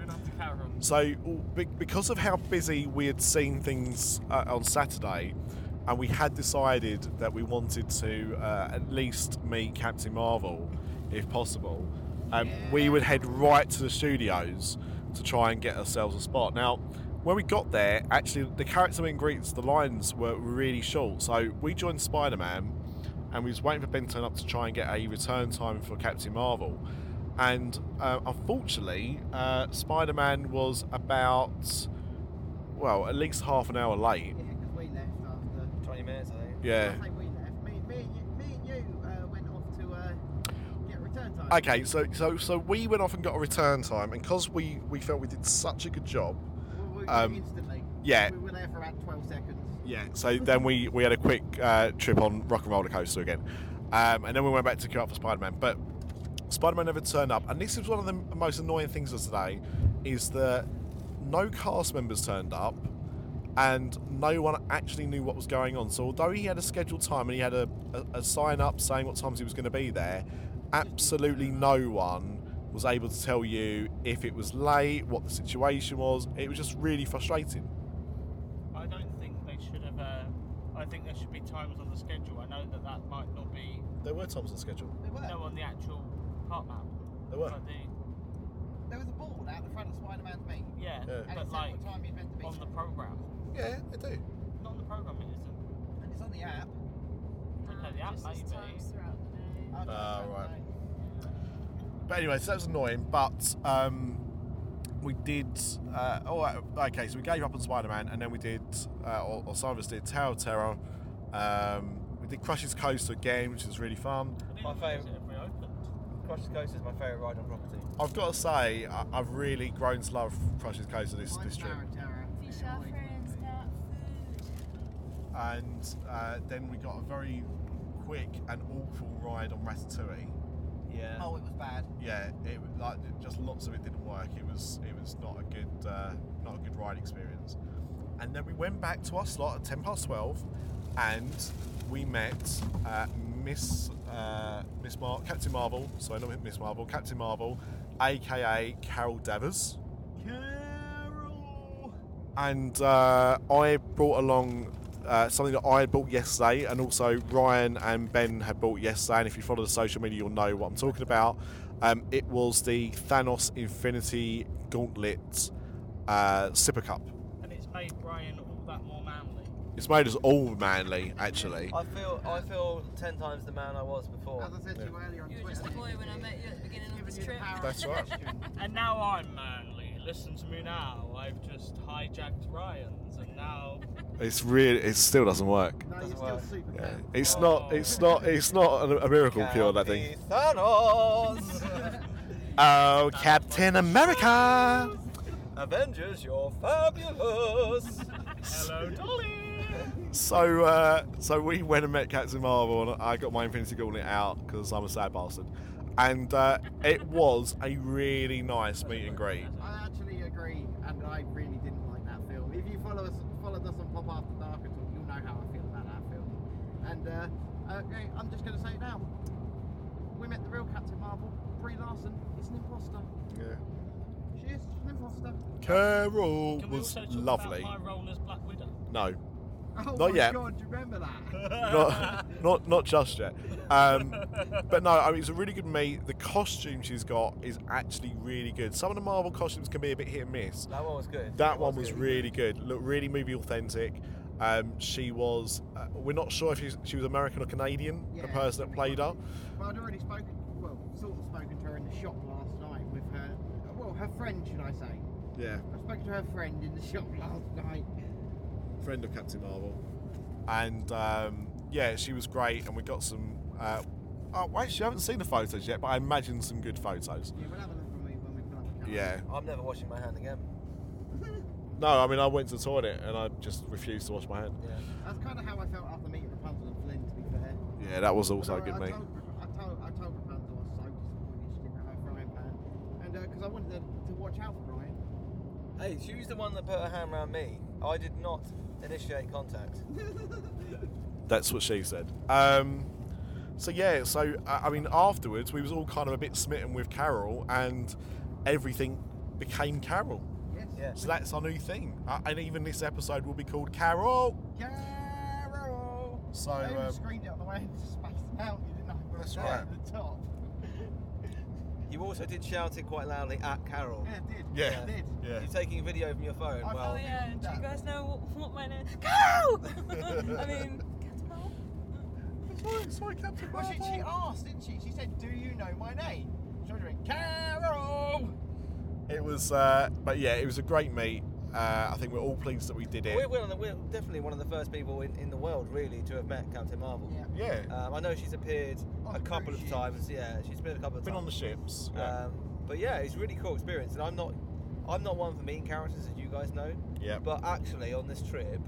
So, be- because of how busy we had seen things uh, on Saturday, and we had decided that we wanted to uh, at least meet Captain Marvel, if possible, um, we would head right to the studios to try and get ourselves a spot. Now, when we got there, actually, the character meet and greets, the lines were really short. So, we joined Spider Man, and we was waiting for Ben to turn up to try and get a return time for Captain Marvel. And uh, unfortunately, uh, Spider Man was about, well, at least half an hour late.
Yeah, 'cause we left after.
Twenty minutes, I think.
Yeah.
I say we left. Me, me, and you, me and you uh, went off to uh, get return time.
Okay, so so so we went off and got a return time, and because we we felt we did such a good job.
We, we,
um,
instantly.
yeah.
We were there for about 12 seconds.
Yeah. So then we we had a quick uh, trip on Rock and Roller Coaster again, um, and then we went back to queue up for Spider Man, but. Spider-Man never turned up, and this is one of the most annoying things of today, is that no cast members turned up, and no one actually knew what was going on. So although he had a scheduled time and he had a, a, a sign up saying what times he was going to be there, absolutely no one was able to tell you if it was late, what the situation was. It was just really frustrating.
I don't think they should have. Uh, I think there should be times on the schedule. I know that that might not be
There were times on schedule.
There, were,
no on the actual part map.
There were.
But the,
there was a board out the front of Spider-Man's meet.
yeah,
Yeah.
And it
but
said
like
what time he's meant to be.
on the program,
Yeah, they do.
not on the program, it isn't.
And it's on the app.
Okay,
Um,
the app
just as
maybe.
times throughout the day.
Oh, no,
Ah,
it's on
right.
the day.
But anyway, so that was annoying. But um, we did. Uh, oh, okay. So we gave up on Spider Man, and then we did, uh, or, or some of us did, Tower of Terror. Um, we did Crush's Coaster again, which was really fun.
I didn't
My
even notice
favourite.
it reopened.
Cross the Coast is my favourite ride on property.
I've got to say, I, I've really grown to love Crush's Coaster this
Mine's
this trip.
Tara, Tara.
Fish
It
our
always-
friends, not food.
And uh, then we got a very quick and awful ride on Ratatouille.
Yeah.
Oh, it was bad.
Yeah, it was like just lots of it didn't work. It was it was not a good uh, not a good ride experience. And then we went back to our slot at ten past twelve, and we met uh, Miss uh, Miss Mar- Captain Marvel. Sorry, not Miss Marvel. Captain Marvel, aka Carol Davers. Carol. And uh, I brought along. Uh, something that I had bought yesterday, and also Ryan and Ben had bought yesterday. And if you follow the social media, you'll know what I'm talking about. Um, it was the Thanos Infinity Gauntlet uh, Sipper Cup.
And it's made Brian all that more manly.
It's made us all manly, actually.
I feel I feel ten times the man I was before.
As I said to you earlier on
You
Twitter,
were just a
this
boy
is
when I
it.
met you at the beginning of
Giving
this
you the
trip.
power of
That's right.
suggestion.
And now I'm manly. Listen to me now. I've just hijacked Ryan's, and now
It's really, it still doesn't work.
No,
Doesn't
you're still
work.
super
Yeah.
clever.
It's not, it's not, it's not a, a miracle cure, that thing.
Captain Thanos!
Oh, Captain America!
Avengers, you're fabulous!
hello, Dolly.
So, uh, so we went and met Captain Marvel, and I got my Infinity Gauntlet out because I'm a sad bastard. And uh, it was a really nice meet and greet.
I actually agree, and I really didn't like that film. If you follow us, followed us on Pop After Dark at all, you'll know how I feel about that film. And uh, okay, I'm just going to say it now. We met the real Captain Marvel. Brie Larson is an imposter.
Yeah.
She is an imposter.
Carol
Can we
was
also talk
lovely.
about my role as Black Widow?
No,
Oh
Not
my
yet.
god, do you remember that?
not not not just yet. Um, but no, I mean it's a really good meet. The costume she's got is actually really good. Some of the Marvel costumes can be a bit hit and miss.
That one was good.
That one was
good.
really good. Looked really movie authentic. Um, she was. Uh, we're not sure if she's, she was American or Canadian. the
Yeah,
person that
something
played her.
like But I'd already spoken, well, sort of spoken to her in the shop last night with her, well, her friend, should I say.
Yeah,
I spoke to her friend in the shop last night.
friend of Captain Marvel. And um, yeah, she was great. And we got some. Uh, oh, well, actually, I haven't seen the photos yet, but I imagine some good photos.
Yeah, we'll have a look when we, when we pull up the car.
Yeah.
I'm never washing my hand again.
No, I mean I went to the toilet and I just refused to wash my hand.
Yeah.
That's kind of how I felt after meeting Rapunzel and Flynn, to be fair.
Yeah, that was
But
also
I,
a good
I
meet.
Told, I, told, I told Rapunzel I was so disappointed she didn't have her frying pan. And because I wanted her to watch out for Brian.
Hey, she was the one that put her hand around me. I did not initiate contact.
That's what she said. Um,
So yeah, so I I mean, afterwards we was all kind of a bit smitten with Carol, and everything became Carol.
Yes.
Yeah.
So that's our new theme, uh, and even this episode will be called Carol.
Carol.
So
I even
um,
screamed it on the way into Space Mountain. You didn't know we were
That's
there
right.
at the top.
You also did shout it quite loudly at Carol.
Yeah, it did.
Yeah.
It did.
yeah,
You're taking video from your phone.
I
Well,
Oh yeah, do
that-
you guys know what, what my name? Carol. I mean, Caterpillar.
sorry, sorry, Captain
Well, she,
Marvel.
she asked, didn't she? She said, "Do you know my name?" So I went, Carol.
It was, uh, but yeah, it was a great meet. Uh, I think we're all pleased that we did it.
we're, we're, on the- we're definitely one of the first people in, in the world really to have met Captain Marvel.
Yeah.
yeah,
Um, I know she's appeared
On
a
the
couple
cruise
of
ships.
times. Yeah, she's appeared a couple of
been on the
times.
ships. Yeah,
Um, but yeah, it's a really cool experience, and I'm not, I'm not one for meeting characters, as you guys know.
yeah.
But actually, on this trip,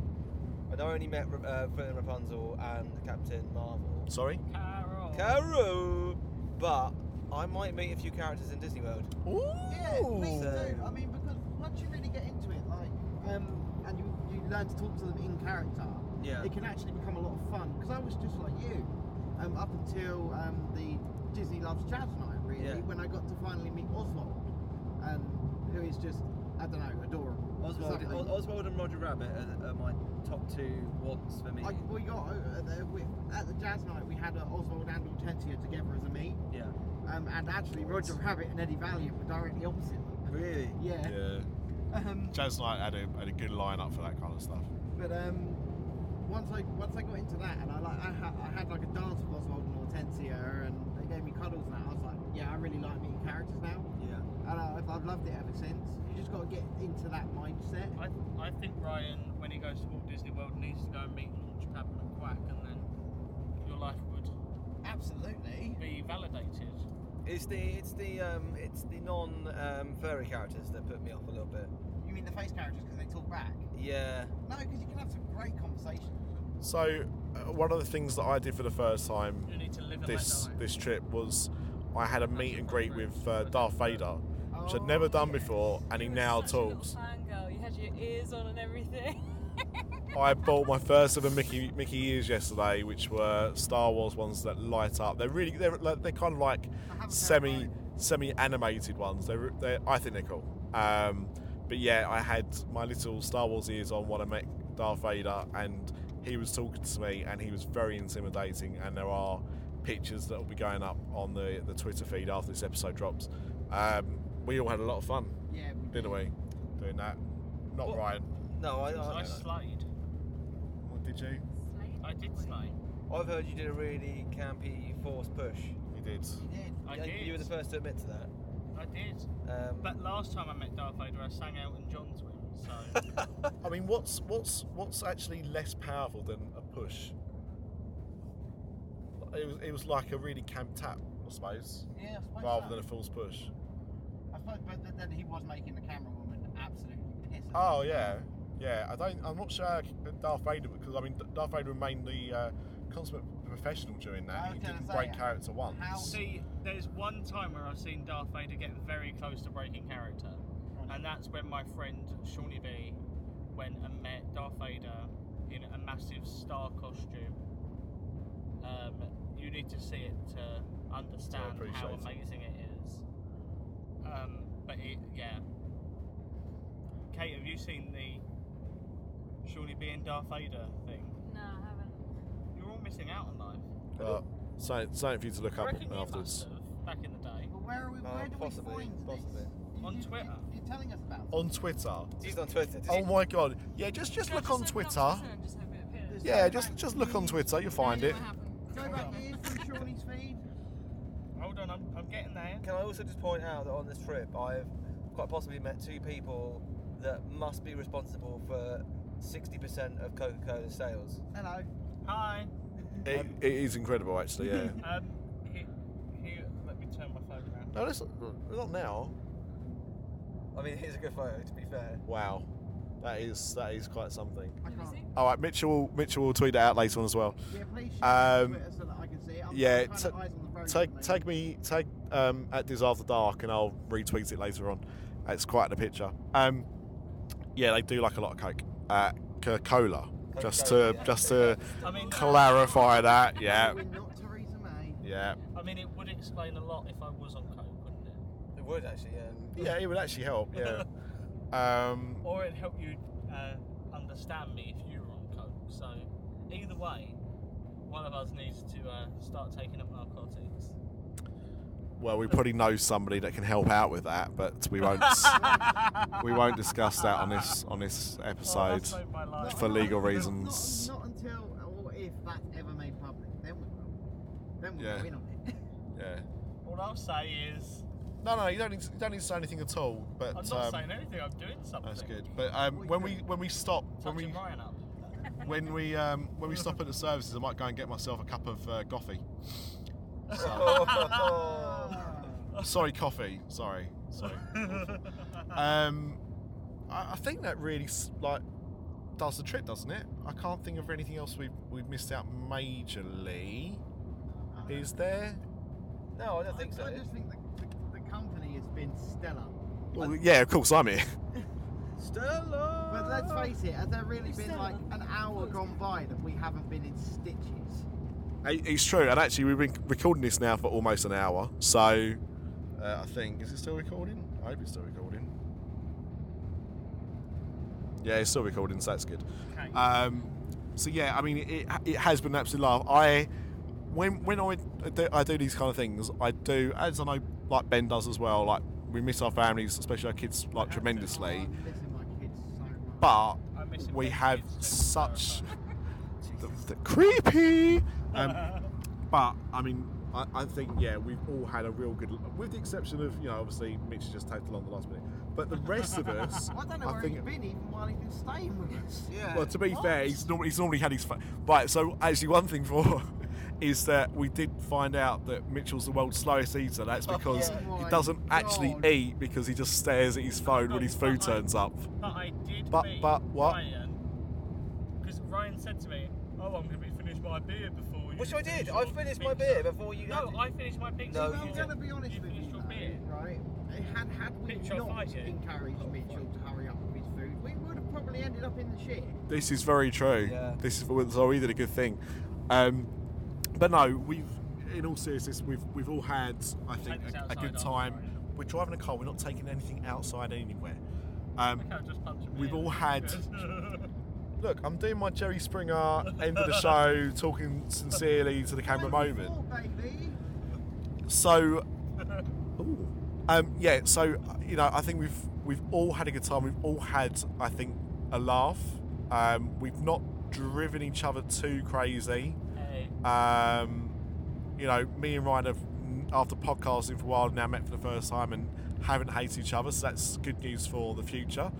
I not only met uh, Fern Rapunzel and Captain Marvel,
Sorry.
Carol.
Carol, but I might meet a few characters in Disney World.
Ooh.
Yeah, please
Ooh.
do. I mean, because once you really get into it, like, um, and you, you learn to talk to them in character,
Yeah.
it can actually become a lot of fun. Because I was just like you, um, up until um, the Disney Loves Jazz night, really,
Yeah.
when I got to finally meet Oswald, um, who is just, I don't know, adorable.
Oswald,
Something.
Os- Oswald and Roger Rabbit are, are my top two wants for me.
I, we got uh, the, we, at the jazz night. We had uh, Oswald and Hortensia together as a meet,
yeah.
um, and actually Roger Rabbit and Eddie Valiant were directly opposite them.
Really?
Yeah.
Yeah.
Um,
Jazz Night had a, had a good lineup for that kind of stuff.
But um, once I once I got into that, and I like I, ha- I had like a dance with Oswald and Hortensia, and they gave me cuddles. And that, I was like, yeah, I really like meeting characters now,
Yeah.
and I, I've, I've loved it ever since. You just got to get into that mindset.
I, I think Ryan, when he goes to Walt Disney World, needs to go and meet Launch Padman and Quack, and then your life would
Absolutely.
be validated.
It's the it's the um, it's the non um, furry characters that put me off a little bit.
You mean the face characters because they talk back?
Yeah.
No, because you can have some great conversations.
So, uh, one of the things that I did for the first time
You need to live and
this
let die.
this trip was I had a meet and greet with uh, Darth Vader, which I'd never done before, and he
You were
now
such a little
talks.
Fangirl, you had your ears on and everything.
I bought my first ever Mickey Mickey ears yesterday, which were Star Wars ones that light up. They're really they're like- they're kind of like
I haven't
semi
tried mine.
semi animated ones. They're, they're I think they're cool. Um, but yeah, I had my little Star Wars ears on when I met Darth Vader, and he was talking to me, and he was very intimidating. And there are pictures that will be going up on the the Twitter feed after this episode drops. Um, we all had a lot of fun,
Yeah. we
didn't we? Doing that. Not
What-
Ryan.
No, I,
So I
I,
slayed.
What did you?
I did slay.
I've heard you did a really campy force push.
You did.
did.
I
Yeah,
did.
You were the first to admit to that.
I did.
Um,
But last time I met Darth Vader, I sang Elton John to him. So
I mean, what's what's what's actually less powerful than a push? It was it was like a really camp tap, I suppose,
Yeah. I suppose
rather
so.
than a false push.
I suppose, but th- then he was making the camera woman absolutely piss. off.
Oh yeah, yeah. I don't. I'm not sure how Darth Vader because I mean Darth Vader remained the uh, consummate professional during
I
that.
was
He
gonna
didn't
say,
break character once.
how-
See, there's one time where I've seen Darth Vader get very close to breaking character, and that's when my friend Shawnee B went and met Darth Vader in a massive star costume. Um, you need to see it to understand how
appreciate it.
amazing it is. Um, but it, yeah. Kate, have you seen the Shawnee B and Darth Vader thing?
No, I haven't.
You're all missing out on life.
Uh, something, something for you to look
I
up
reckon you
afterwards.
must have, back in the day.
But where are we?
Oh,
Where do
possibly,
we find
possibly.
this? You-
On
you-
Twitter.
You're telling us about.
Oh.
On Twitter.
She's on Twitter.
Oh my god. Yeah, just just
Can I
look on
open up
Twitter.
Twitter and just hope it appears?
Just
Yeah,
go
just
back
just look on
years.
Twitter. You'll find
Imagine
it.
what happened.
Go back years from Shawnee's feed.
Hold on, I'm, I'm getting there.
Can I also just point out that on this trip, I've quite possibly met two people that must be responsible for 60% of Coca Cola sales.
Hello.
Hi.
It, it is incredible, actually. Yeah.
Um, here, here, let me turn my phone around.
no, that's not now.
I mean, here's a good photo, to be fair.
Wow, that is that is quite something.
I
Let me
can't.
see.
All right, Mitchell. will- Mitchell will tweet that out later on as well.
Yeah, please share
Um,
on Twitter so that I can see it. I'm
yeah,
kind
ta-
of eyes on the road at
Tag
the
tag me tag um, at Diz After Dark, and I'll retweet it later on. It's quite the picture. Um, yeah, they do like a lot of coke, uh, Coca-Cola. Just to
Coca-Cola, yeah.
just to
I mean,
clarify that.
moment.
Yeah,
We're not Theresa May.
Yeah.
I mean, it would explain a lot if I was on coke, wouldn't it?
It would actually, yeah.
Yeah, it would actually help. Yeah. um,
Or it'd help you uh, understand me if you were on coke. So, either way, one of us needs to uh, start taking up narcotics.
well, we probably know somebody that can help out with that, but we won't. we won't discuss that on this on this
Oh,
episode.
that saved my life.
for legal
Well,
reasons.
Not, not until or if that's ever made public, then we will. Then we'll
Yeah.
go in on it.
yeah.
All I'll say is,
No, no, you don't need to, you don't need to say anything at all. But
I'm not
um,
saying anything. I'm doing something.
that's good. But um, when we when we stop when
Touching
we
Ryan up.
when we um, when we stop at the services, I might go and get myself a cup of uh, coffee. sorry, coffee. Sorry, sorry. um, I, I think that really s- like does the trip, doesn't it? I can't think of anything else we've we've missed out majorly. Is there?
No, I don't think so.
I just think the, the, the company has been stellar.
Well, yeah, of course I'm here.
Stella.
But let's face it, has there really
It's
been
stellar.
like an hour gone by that we haven't been in stitches?
It- It's true, and actually, we've been recording this now for almost an hour. So, uh, I think is it still recording? I hope it's still recording. Yeah, it's still recording, so that's good.
Okay.
Um, so yeah, I mean, it, it has been an absolute laugh. I when when I do, I do these kind of things, I do as I know like Ben does as well. Like we miss our families, especially our kids, like tremendously.
Oh, I'm missing my kids so much.
But
I'm missing
we
Ben's
have
kids too,
such
so-
the, the creepy. Um, but I mean, I, I think yeah, we've all had a real good, with the exception of you know obviously Mitch just tagged along the last minute, but the rest of us,
I don't know where
think.
he's been even while he's been staying with us.
Yeah.
Well, to be fair, he's normally, he's normally had his. Fa- right, so actually, one thing for is that we did find out that Mitchell's the world's slowest eater. That's because
Oh, yeah.
he
My
doesn't actually
God.
eat because he just stares at his phone when his food turns up.
But I did
But-
meet
but what?
Ryan because Ryan said to me, "Oh, I'm going to finish my beer before you."
Which I
finish
did.
your
I finished my
pizza."
beer before you.
No,
had it.
I finished my pizza.
No,
Well,
you
I'm going to be honest
You
with
finished
you,
your
though,
beer.
right? Had had we
Mitchell
not
fight Oh, you.
encouraged Mitchell to hurry up with his food, we would have probably ended up in the shit.
This is very true.
Yeah.
This is so we did a good thing, um, but no, we've in all seriousness we've we've all had I think
Take this
a, a
outside
good
after,
time.
right?
We're driving a car. We're not taking anything outside anywhere. Um,
I can't just punch a
We've
beer.
all had-
Good.
Look, I'm doing my Jerry Springer end of the show, talking sincerely to the camera moment.
Four, baby.
So, ooh, um, yeah. So you know, I think we've we've all had a good time. We've all had, I think, a laugh. Um, we've not driven each other too crazy.
Hey,
Um, you know, me and Ryan have, mm, after podcasting for a while, now met for the first time and haven't hated each other. So that's good news for the future.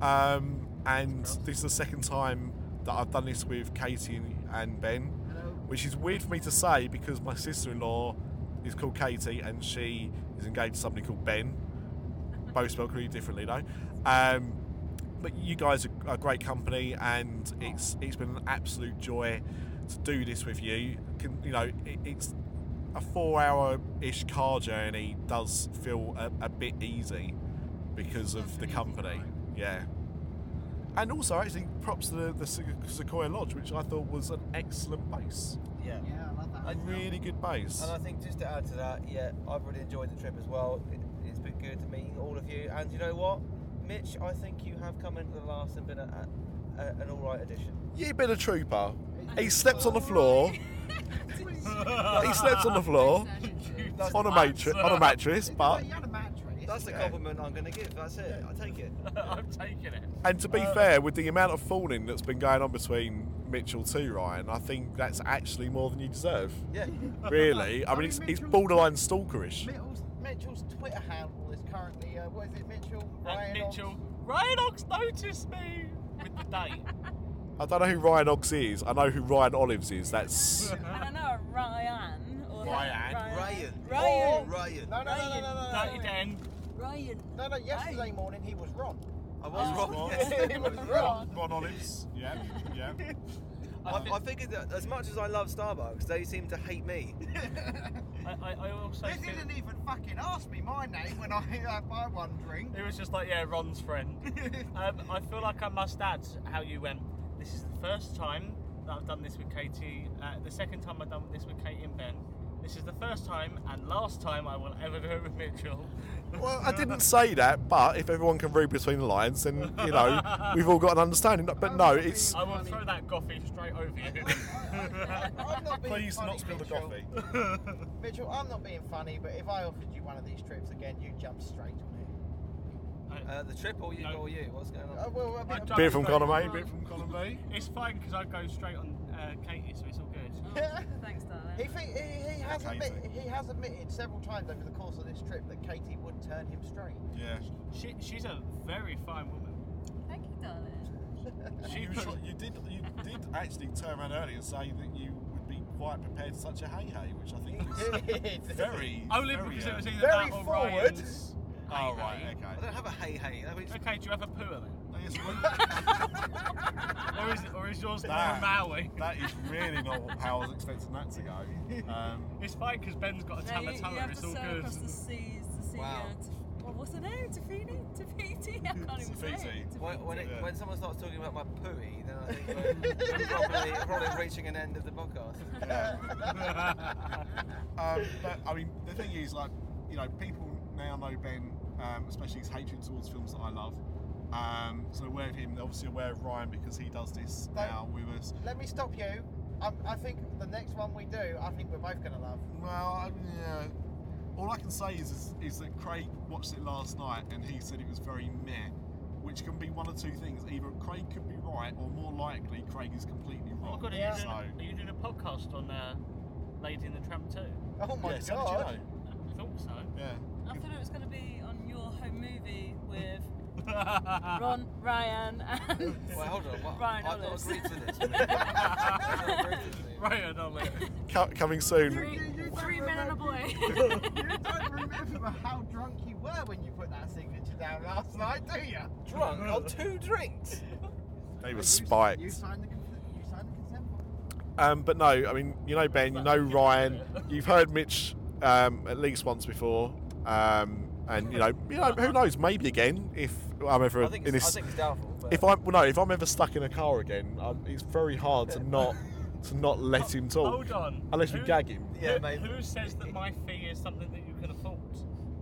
Um, and this is the second time that I've done this with Katie and- and Ben,
Hello.
which is weird for me to say because my sister-in-law is called Katie and she is engaged to somebody called Ben. Both spelled completely differently though. Um, but you guys are, are great company, and it's it's been an absolute joy to do this with you. Can, you know, it, it's a four-hour-ish car journey does feel a, a bit easy because of the company. Yeah. And also, actually, props to the, the Sequ- Sequoia Lodge, which I thought was an excellent base.
Yeah.
Yeah, I love that.
A really good base.
And I think just to add to that, yeah, I've really enjoyed the trip as well. It, it's been good to meet all of you. And you know what, Mitch, I think you have come into the last and been a, a, a, an all right addition.
You've been a trooper. He slept on the floor. he slept on the floor.
That's,
On a, matri- on a mattress,
Well,
but
you had a mattress.
that's the compliment I'm going to give. That's it. I take it.
I'm taking it.
And to be
Uh,
fair, with the amount of fawning that's been going on between Mitchell to Ryan, I think that's actually more than you deserve.
Yeah.
Really, I mean,
mean,
it's, it's
Mitchell-
borderline stalkerish.
Mitchell's, Mitchell's Twitter handle is currently, uh, what is it, Mitchell?
And
Ryan Ox-
Mitchell, Ryan Ox noticed me with the date.
I don't know who Ryan Ox is. I know who Ryan Olives is. That's
And I know a Ryan. Or
Ryan.
Ryan.
Ryan.
Ryan.
Ryan.
No, no, no, no, no, no.
Dirty Den.
Ryan.
No, no, yesterday morning he was wrong.
I was wrong.
he was wrong.
Ron Olives. Yeah, yeah.
I, I figured that as much as I love Starbucks, they seem to hate me.
I, I, I also
He
feel,
didn't even fucking ask me my name when I had my one drink.
it was just like, yeah, Ron's friend. um, I feel like I must add how you went. This is the first time that I've done this with Katie. Uh, the second time I've done this with Katie and Ben, This is the first time and last time I will ever do it with Mitchell.
Well, I didn't say that, but if everyone can read between the lines, then you know we've all got an understanding. But no, it's
I will throw that goffy straight over you.
I'm not being
please
funny,
not spill the
Mitchell.
coffee.
Mitchell, I'm not being funny, but if I offered you one of these trips again, you'd jump straight on it.
Uh, the trip or you
No.
or you? What's going on?
Uh, well, a bit
I'd
of
jump
Beer from
straight-
column A, beer from column B.
It's fine because I go straight on uh, Katie, so it's all good.
both.
Thanks, darling.
He, think, he, he, has
Okay,
admit, he has admitted several times over the course of this trip that Katie would turn him straight.
Yeah.
She, she's a very fine woman.
Thank you, darling.
She
You,
puts-
tr- you did. You did actually turn around earlier and say that you would be quite prepared for such a hey hey, which I think is very.
only
very,
because it
uh,
was either
Very
that or
forward.
Ryan's.
Oh right,
I
okay.
don't have a hey hey. I mean, it's-
Okay, do you have a poo then?
That is really-
Or is, or is yours
That-
more Maui?
that is really not how I was expecting that to go. Um,
It's fine because Ben's got a
No, you, you
tamatama,
have
it's
to
all
sail
good.
across the seas to see.
Wow.
Uh, to, well, what's her name? Tafiti? Tafiti? I can't even say it.
Tafiti.
when, when, it,
Yeah.
when someone starts talking about my pooey, then I think we're- I'm probably, probably reaching an end of the podcast.
um, but I mean, the thing is, like, you know, people now know Ben, um, especially his hatred towards films that I love. Um, so aware of him, they're obviously aware of Ryan because he does this
Don't-
now with us.
Let me stop you. I, I think the next one we do, I think we're both going to love.
Well, I mean, yeah. All I can say is, is is that Craig watched it last night and he said it was very meh, which can be one of two things: either Craig could be right, or more likely Craig is completely
Oh
wrong.
god, are,
Yeah.
you doing,
So-
are you doing a podcast on uh, Lady and the Tramp too?
Oh my
yeah, so did you
god.
know?
I thought so.
Yeah.
I thought it was going to be on your home movie with
Uh-uh.
I
Ron, Ryan, and.
Well, hold on. What,
Ryan
I've not
Olives.
agreed to this. I've not agreed to this.
Ryan, I'll let you.
Co- coming soon.
Three,
you don't
three men and a boy.
you don't remember how drunk you were when you put that signature down last night, do you?
Drunk on two drinks.
They
You
were
s- You
spiked.
signed the, cons- you signed the consent form.
Um, but no, I mean, you know Ben, you know Ryan, you've heard Mitch um, at least once before, um, and you know, you know, who knows, maybe again if I'm ever
I
in
think it's, I
this.
think it's doubtful. But
If I'm well, no, if I'm ever stuck in a car again, um, it's very hard to not to not let him talk.
Hold on.
Unless you
Who-
gag him.
yeah,
who-
mate.
Who says that my fee is something that you can afford?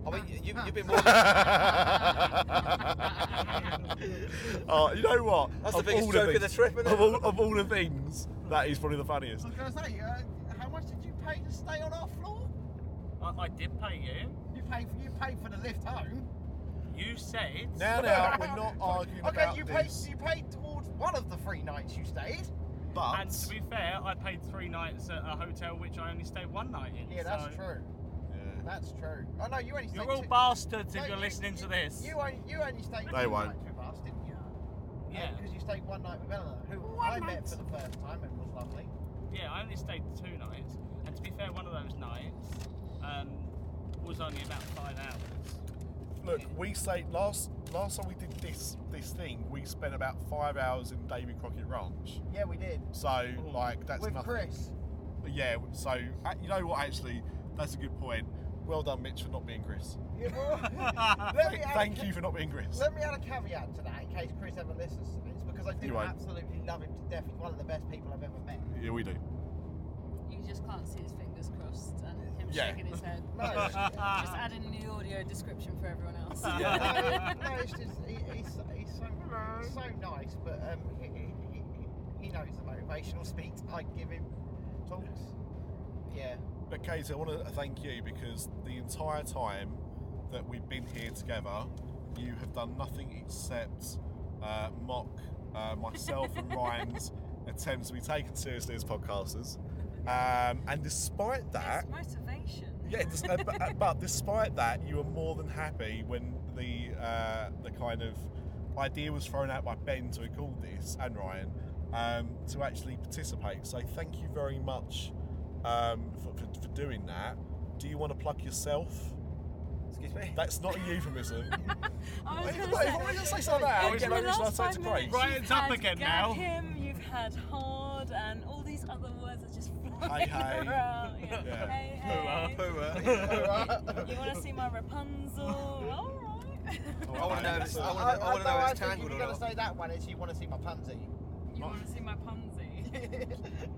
I mean, you, you've been more. That's
Oh, you know what?
the biggest joke of the
things-
trip, isn't it?
Of all, of all the things, that is probably the funniest.
I was going to say, uh, how much did you pay to stay on our floor?
I, I did pay you.
You paid for, you paid for the lift home.
You said.
Now, now, we're not arguing
Okay,
about
you paid,
this,
you paid towards one of the three nights you stayed.
but
And to be fair, I paid three nights at a hotel which I only stayed one night in.
Yeah, that's
so-
true.
Yeah.
That's true. I know you only stayed
You're all
two-
bastards
No,
if you're
you-
listening to this.
You only, you only stayed
They
two
won't.
nights with us, didn't you?
Yeah.
Because you stayed one night with Eleanor, who I met for the first time and was lovely.
Yeah, I only stayed two nights, and to be fair, one of those nights um, was only about five hours.
Look, we say last last time we did this this thing, we spent about five hours in Davy Crockett Ranch.
Yeah, we did.
So like that's
with
nothing.
Chris.
Yeah. So uh, you know what? Actually, that's a good point. Well done, Mitch, for not being Chris.
You- let, me
Thank,
add
thank
a,
you for not being Chris.
let me add a caveat to that in case Chris ever listens to this, because I
He
do
won't.
absolutely love him to death. He's one of the best people I've ever met.
Yeah, we do.
you just can't see his fingers crossed and him
Yeah.
shaking his head.
No,
Just add in the audio description for everyone else.
no, no, it's just he, he's, he's so he's so nice, but um, he, he, he, he knows the motivational speech I give him talks. Yeah,
But Katie, I want to thank you because the entire time that we've been here together, you have done nothing except uh, mock uh, myself and Ryan's attempts to be taken seriously as podcasters. Um, and despite that,
It's motivation.
yeah, dis- uh, but, uh, but despite that, you were more than happy when the uh, the kind of idea was thrown out by Ben to have called this and Ryan um, to actually participate. So thank you very much um, for, for, for doing that. Do you want to plug yourself?
Excuse me.
That's not a euphemism. Wait,
I was going
if
to
I
say.
want to say something now,
in
it's
the
like,
last
shall I say
five
to
minutes,
Craig?
you've
Ryan's up
had
again
gag
now.
Him, you've had horde and all these other words are just flying
hey.
around. Yeah.
Yeah.
Hey, hey. You want to see my Rapunzel? All right.
I want to know if
Oh.
it's, I
I,
want to know, I wanna know if
I
it's
think if
tangled
you're
or
gonna
not.
say that one, is you want to see my pansy.
You want to see my Pansy?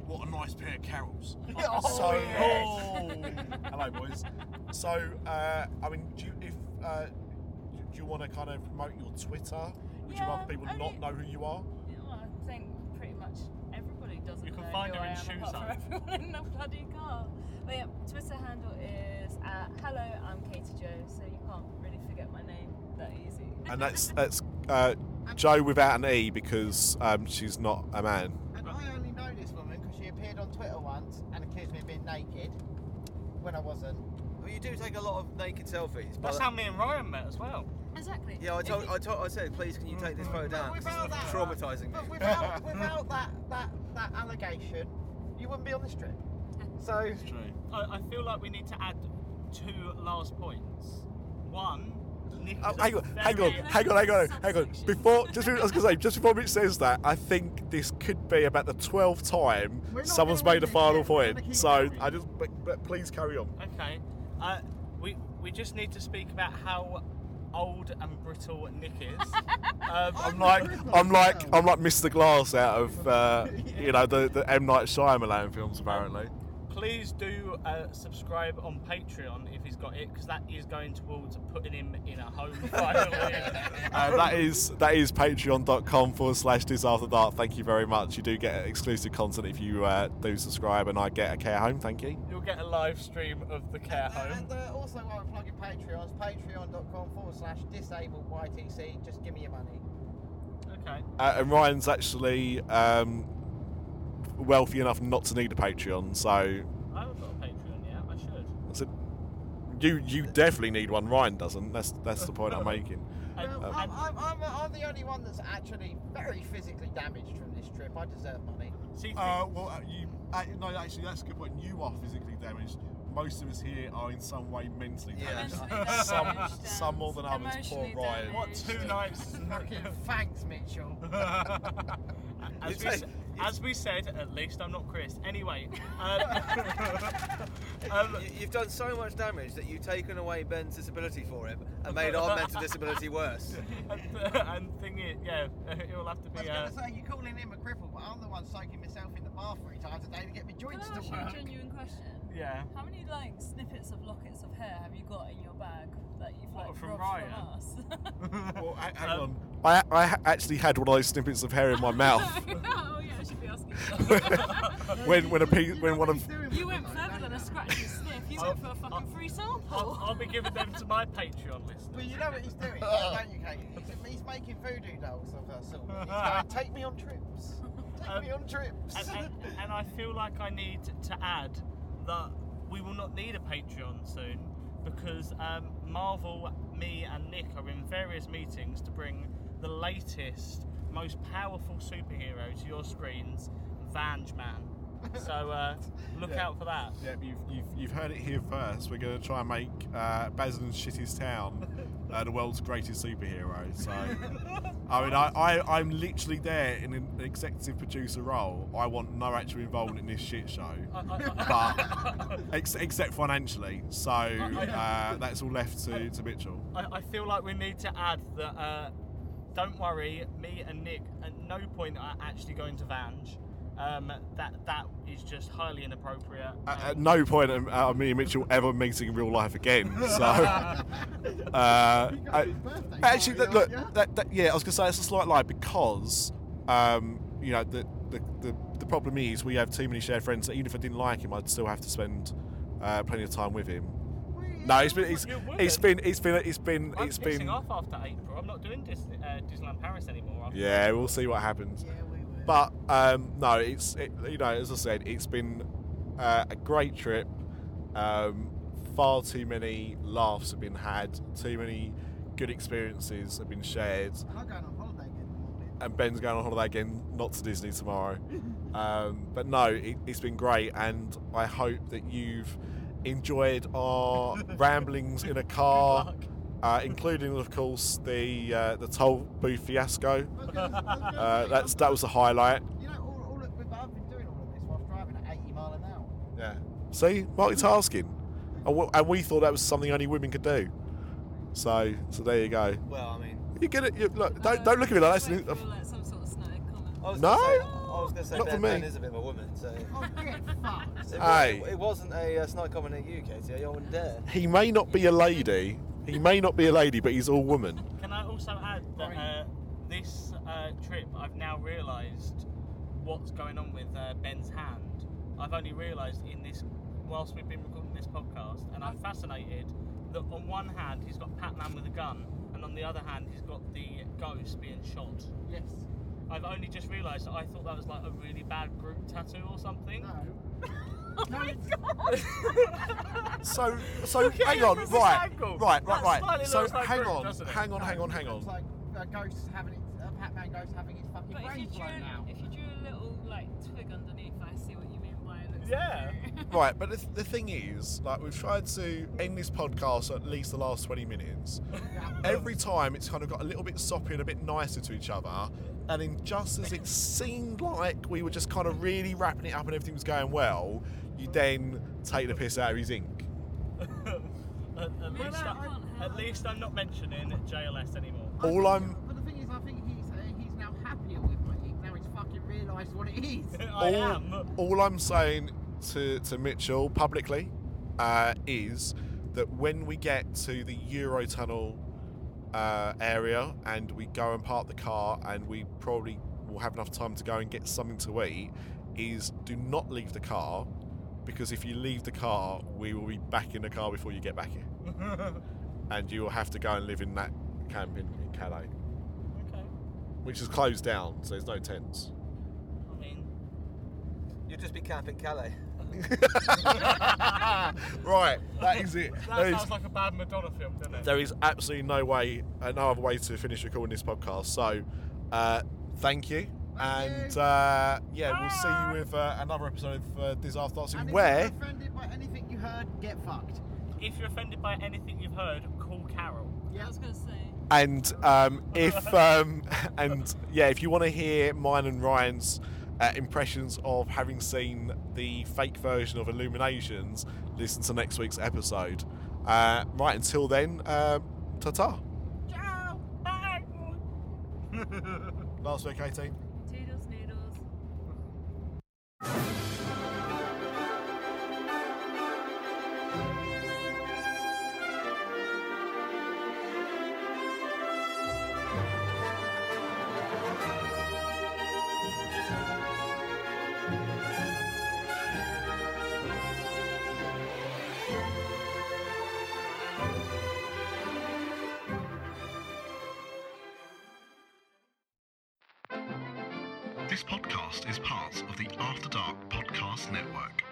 what a nice pair of carols.
Oh,
so,
yes.
Oh. hello, boys. So, uh, I mean, do you, if uh, do you want to kind of promote your Twitter? Would
Yeah,
you rather people
I
not
mean-
know who you are?
Well, I think pretty much everybody doesn't
You can
know
find
who
her
I
in
am
shoes,
apart from
though.
everyone in the bloody car. But yeah, Twitter handle is at hello, I'm Katie Joe, so you can't really forget my name that easy.
And that's that's uh, Joe without an e because um, she's not a man.
And I only know this woman because she appeared on Twitter once and accused me of being naked when I wasn't.
Well, you do take a lot of naked selfies. but-
That's how me and Ryan met as well.
exactly.
Yeah, I told, I told, I said, please, can you take this photo down? 'cause
without
it's
that,
traumatizing
But
me.
without, without that, that, that allegation, you wouldn't be on this trip. So,
True.
I, I feel like we need to add two last points. One, Nick.
Oh,
is a
hang on, hang on,
very-
hang on, hang on, hang on. Before, just I was gonna say, just before Mitch says that, I think this could be about the twelfth time
We're not
someone's
gonna
made a
win this,
final
yeah, we're gonna
point.
keep
So
going.
I just, but, but please carry on.
Okay. Uh, we we just need to speak about how old and brittle Nick is. um,
I'm like, I'm like, I'm like Mr. Glass out of, uh, you know, the, the M Night Shyamalan films apparently.
please do uh, subscribe on Patreon if he's got it, because that is going towards putting him in a home finally.
Uh, that is that is patreon.com forward slash disaster dark. Thank you very much. You do get exclusive content if you uh, do subscribe, and I get a care home. Thank you.
You'll get a live stream of the care home.
and uh, also while we're plugging Patreons, patreon.com forward slash disabled YTC, just give me your money.
Okay.
Uh, and Ryan's actually um, wealthy enough not to need a Patreon, so
I haven't got a Patreon yet. I should.
so you you definitely need one. Ryan doesn't. That's that's the point I'm making.
And-
Well,
uh,
I'm, I'm, I'm, I'm the only one that's actually very physically damaged from this trip. I deserve money.
see,
Uh, well, you no, actually, that's a good point. You are physically damaged. Most of us here are in some way mentally
Yeah. damaged.
Some- some more than others, poor Ryan.
what two nights?
Fucking thanks, Mitchell.
As we, s- as we said, at least I'm not Chris. Anyway, um, um,
You, you've done so much damage that you've taken away Ben's disability for him and made our mental disability worse.
and, uh, and thing is, yeah, it will have to
I was
be. Uh,
going to say, you're calling him a cripple, but I'm the one soaking myself in the bath three times a day to get my
Can
joints
I
to
ask you a
work.
genuine question?
yeah.
How many like snippets of lockets of hair have you got in your bag that you've
What,
like
from
robbed
Ryan?
from us?
Well, hang
Um,
on. I, I ha- actually had one of those snippets of hair in my mouth
oh yeah, I should be asking. you that.
when when a pe-
You
when
know
one
what
of
he's doing
you
with
went
them,
further
don't
than
you?
a scratch and sniff. You
I'll-
went for a fucking free sample.
I'll, I'll be giving them to my Patreon listeners.
Well, you know what he's doing, don't you, Kate? He's, he's making voodoo dolls of us all. He's going, take me on trips. Take
Um,
me on trips.
and, and, and I feel like I need to add that we will not need a Patreon soon because um, Marvel, me, and Nick are in various meetings to bring the latest, most powerful superhero to your screens, Vange Man. So uh, look
Yeah.
out for that.
Yep, you've, you've, you've heard it here first. We're going to try and make uh, Basin's Shitty's Town uh, the world's greatest superhero. So, I mean, I, I, I'm literally there in an executive producer role. I want no actual involvement in this shit show,
I, I,
but ex- except financially. So uh, that's all left to, to Mitchell.
I, I feel like we need to add that. Uh, don't worry, me and Nick at no point are actually going to Vange. Um, that that is just highly inappropriate.
At, at no point am uh, me and Mitchell ever meeting in real life again. So. Uh,
You got
I-
his birthday
Actually,
party,
that, look,
aren't ya?
that, that, yeah, I was going to say it's a slight lie because, um, you know, the, the, the, the problem is we have too many shared friends that even if I didn't like him, I'd still have to spend uh, plenty of time with him. No, it's been it's,
You wouldn't.
it's been it's been it's been
I'm
it's
pissing
been.
off after April. I'm not doing Dis- uh, Disneyland Paris anymore. after-
Yeah, we'll see what happens.
yeah, we were.
But um, no, it's it, you know as I said, it's been uh, a great trip. Um, far too many laughs have been had. Too many good experiences have been shared.
And I'm going on holiday again in the morning.
and Ben's going on holiday again, not to Disney tomorrow. um, but no, it, it's been great, and I hope that you've enjoyed our ramblings in a car, uh, including, of course, the uh, the toll booth fiasco.
I was gonna- I was gonna
Uh,
say,
that's
I've
that was the highlight.
got- You know, all, all of, I've been doing all of this whilst driving at 80 mile an hour.
Yeah. See, multitasking, and, w- and we thought that was something only women could do. So, so there you go.
Well, I mean,
You get it. You, look, don't don't look at me like
I
that.
feel like some sort of snide comment.
I was
No?
gonna say, I was going to say
Not for
ben,
me.
ben is a bit of a woman, so.
Oh, get fucked.
It,
Aye.
was, it wasn't a uh, snide comment at you, Katie. I wouldn't dare.
He may not be a lady. He may not be a lady, but he's all woman.
Can I also add that uh, this uh, trip, I've now realised what's going on with uh, Ben's hand. I've only realised in this, whilst we've been recording this podcast, and I'm fascinated that on one hand he's got Pac Man with a gun, and on the other hand he's got the ghost being shot.
Yes.
I've only just realised that I thought that was like a really bad group tattoo or something.
No.
Oh my god!
So, so
Okay,
hang on,
from this
right,
angle.
right, right,
That
right.
slightly
So
looks like
hang
Bruce,
on,
doesn't it?
hang on, hang on, hang on.
It's like a ghost having its, a Pac-Man ghost having his fucking
but if you
brains
drew,
blown out.
if you drew a little like twig underneath, I see what you mean by it. Looks
Yeah.
Like
Right, but the, the thing is, like we've tried to end this podcast at least the last twenty minutes. Every time it's kind of got a little bit soppy and a bit nicer to each other, and then just as it seemed like we were just kind of really wrapping it up and everything was going well, you then take the piss out of his ink.
at, at
Well,
least
I
I,
can't help
at least I'm not mentioning JLS anymore.
I
All
think-
I'm-
But the thing is, I think he's uh, he's now happier with me. Now he's fucking realised what it is.
I am.
all I'm saying to, to Mitchell publicly uh, is that when we get to the Eurotunnel uh, area and we go and park the car and we probably will have enough time to go and get something to eat, is do not leave the car because if you leave the car, we will be back in the car before you get back here. and you will have to go and live in that camp in, in Calais,
Okay.
which is closed down, so there's no tents.
I mean,
You'd just be camping Calais.
Right, that is it.
that
That is-
sounds like a bad Madonna film, doesn't it?
there is absolutely no way, uh, no other way to finish recording this podcast. So, uh, thank you, and uh, yeah, we'll see you with uh, another episode of uh, Disaster Arts,
And if
where
you're offended by anything you heard, get fucked.
If you're offended by anything you've heard, call Carol.
that. I
Yeah.
was gonna say.
and um, if um, and yeah, if you want to hear mine and Ryan's uh, impressions of having seen the fake version of Illuminations, listen to next week's episode. Uh, right, until then, uh, ta-ta.
Ciao. Bye.
Last week, 18.
Toodles noodles.
This podcast is part of the After Dark Podcast Network.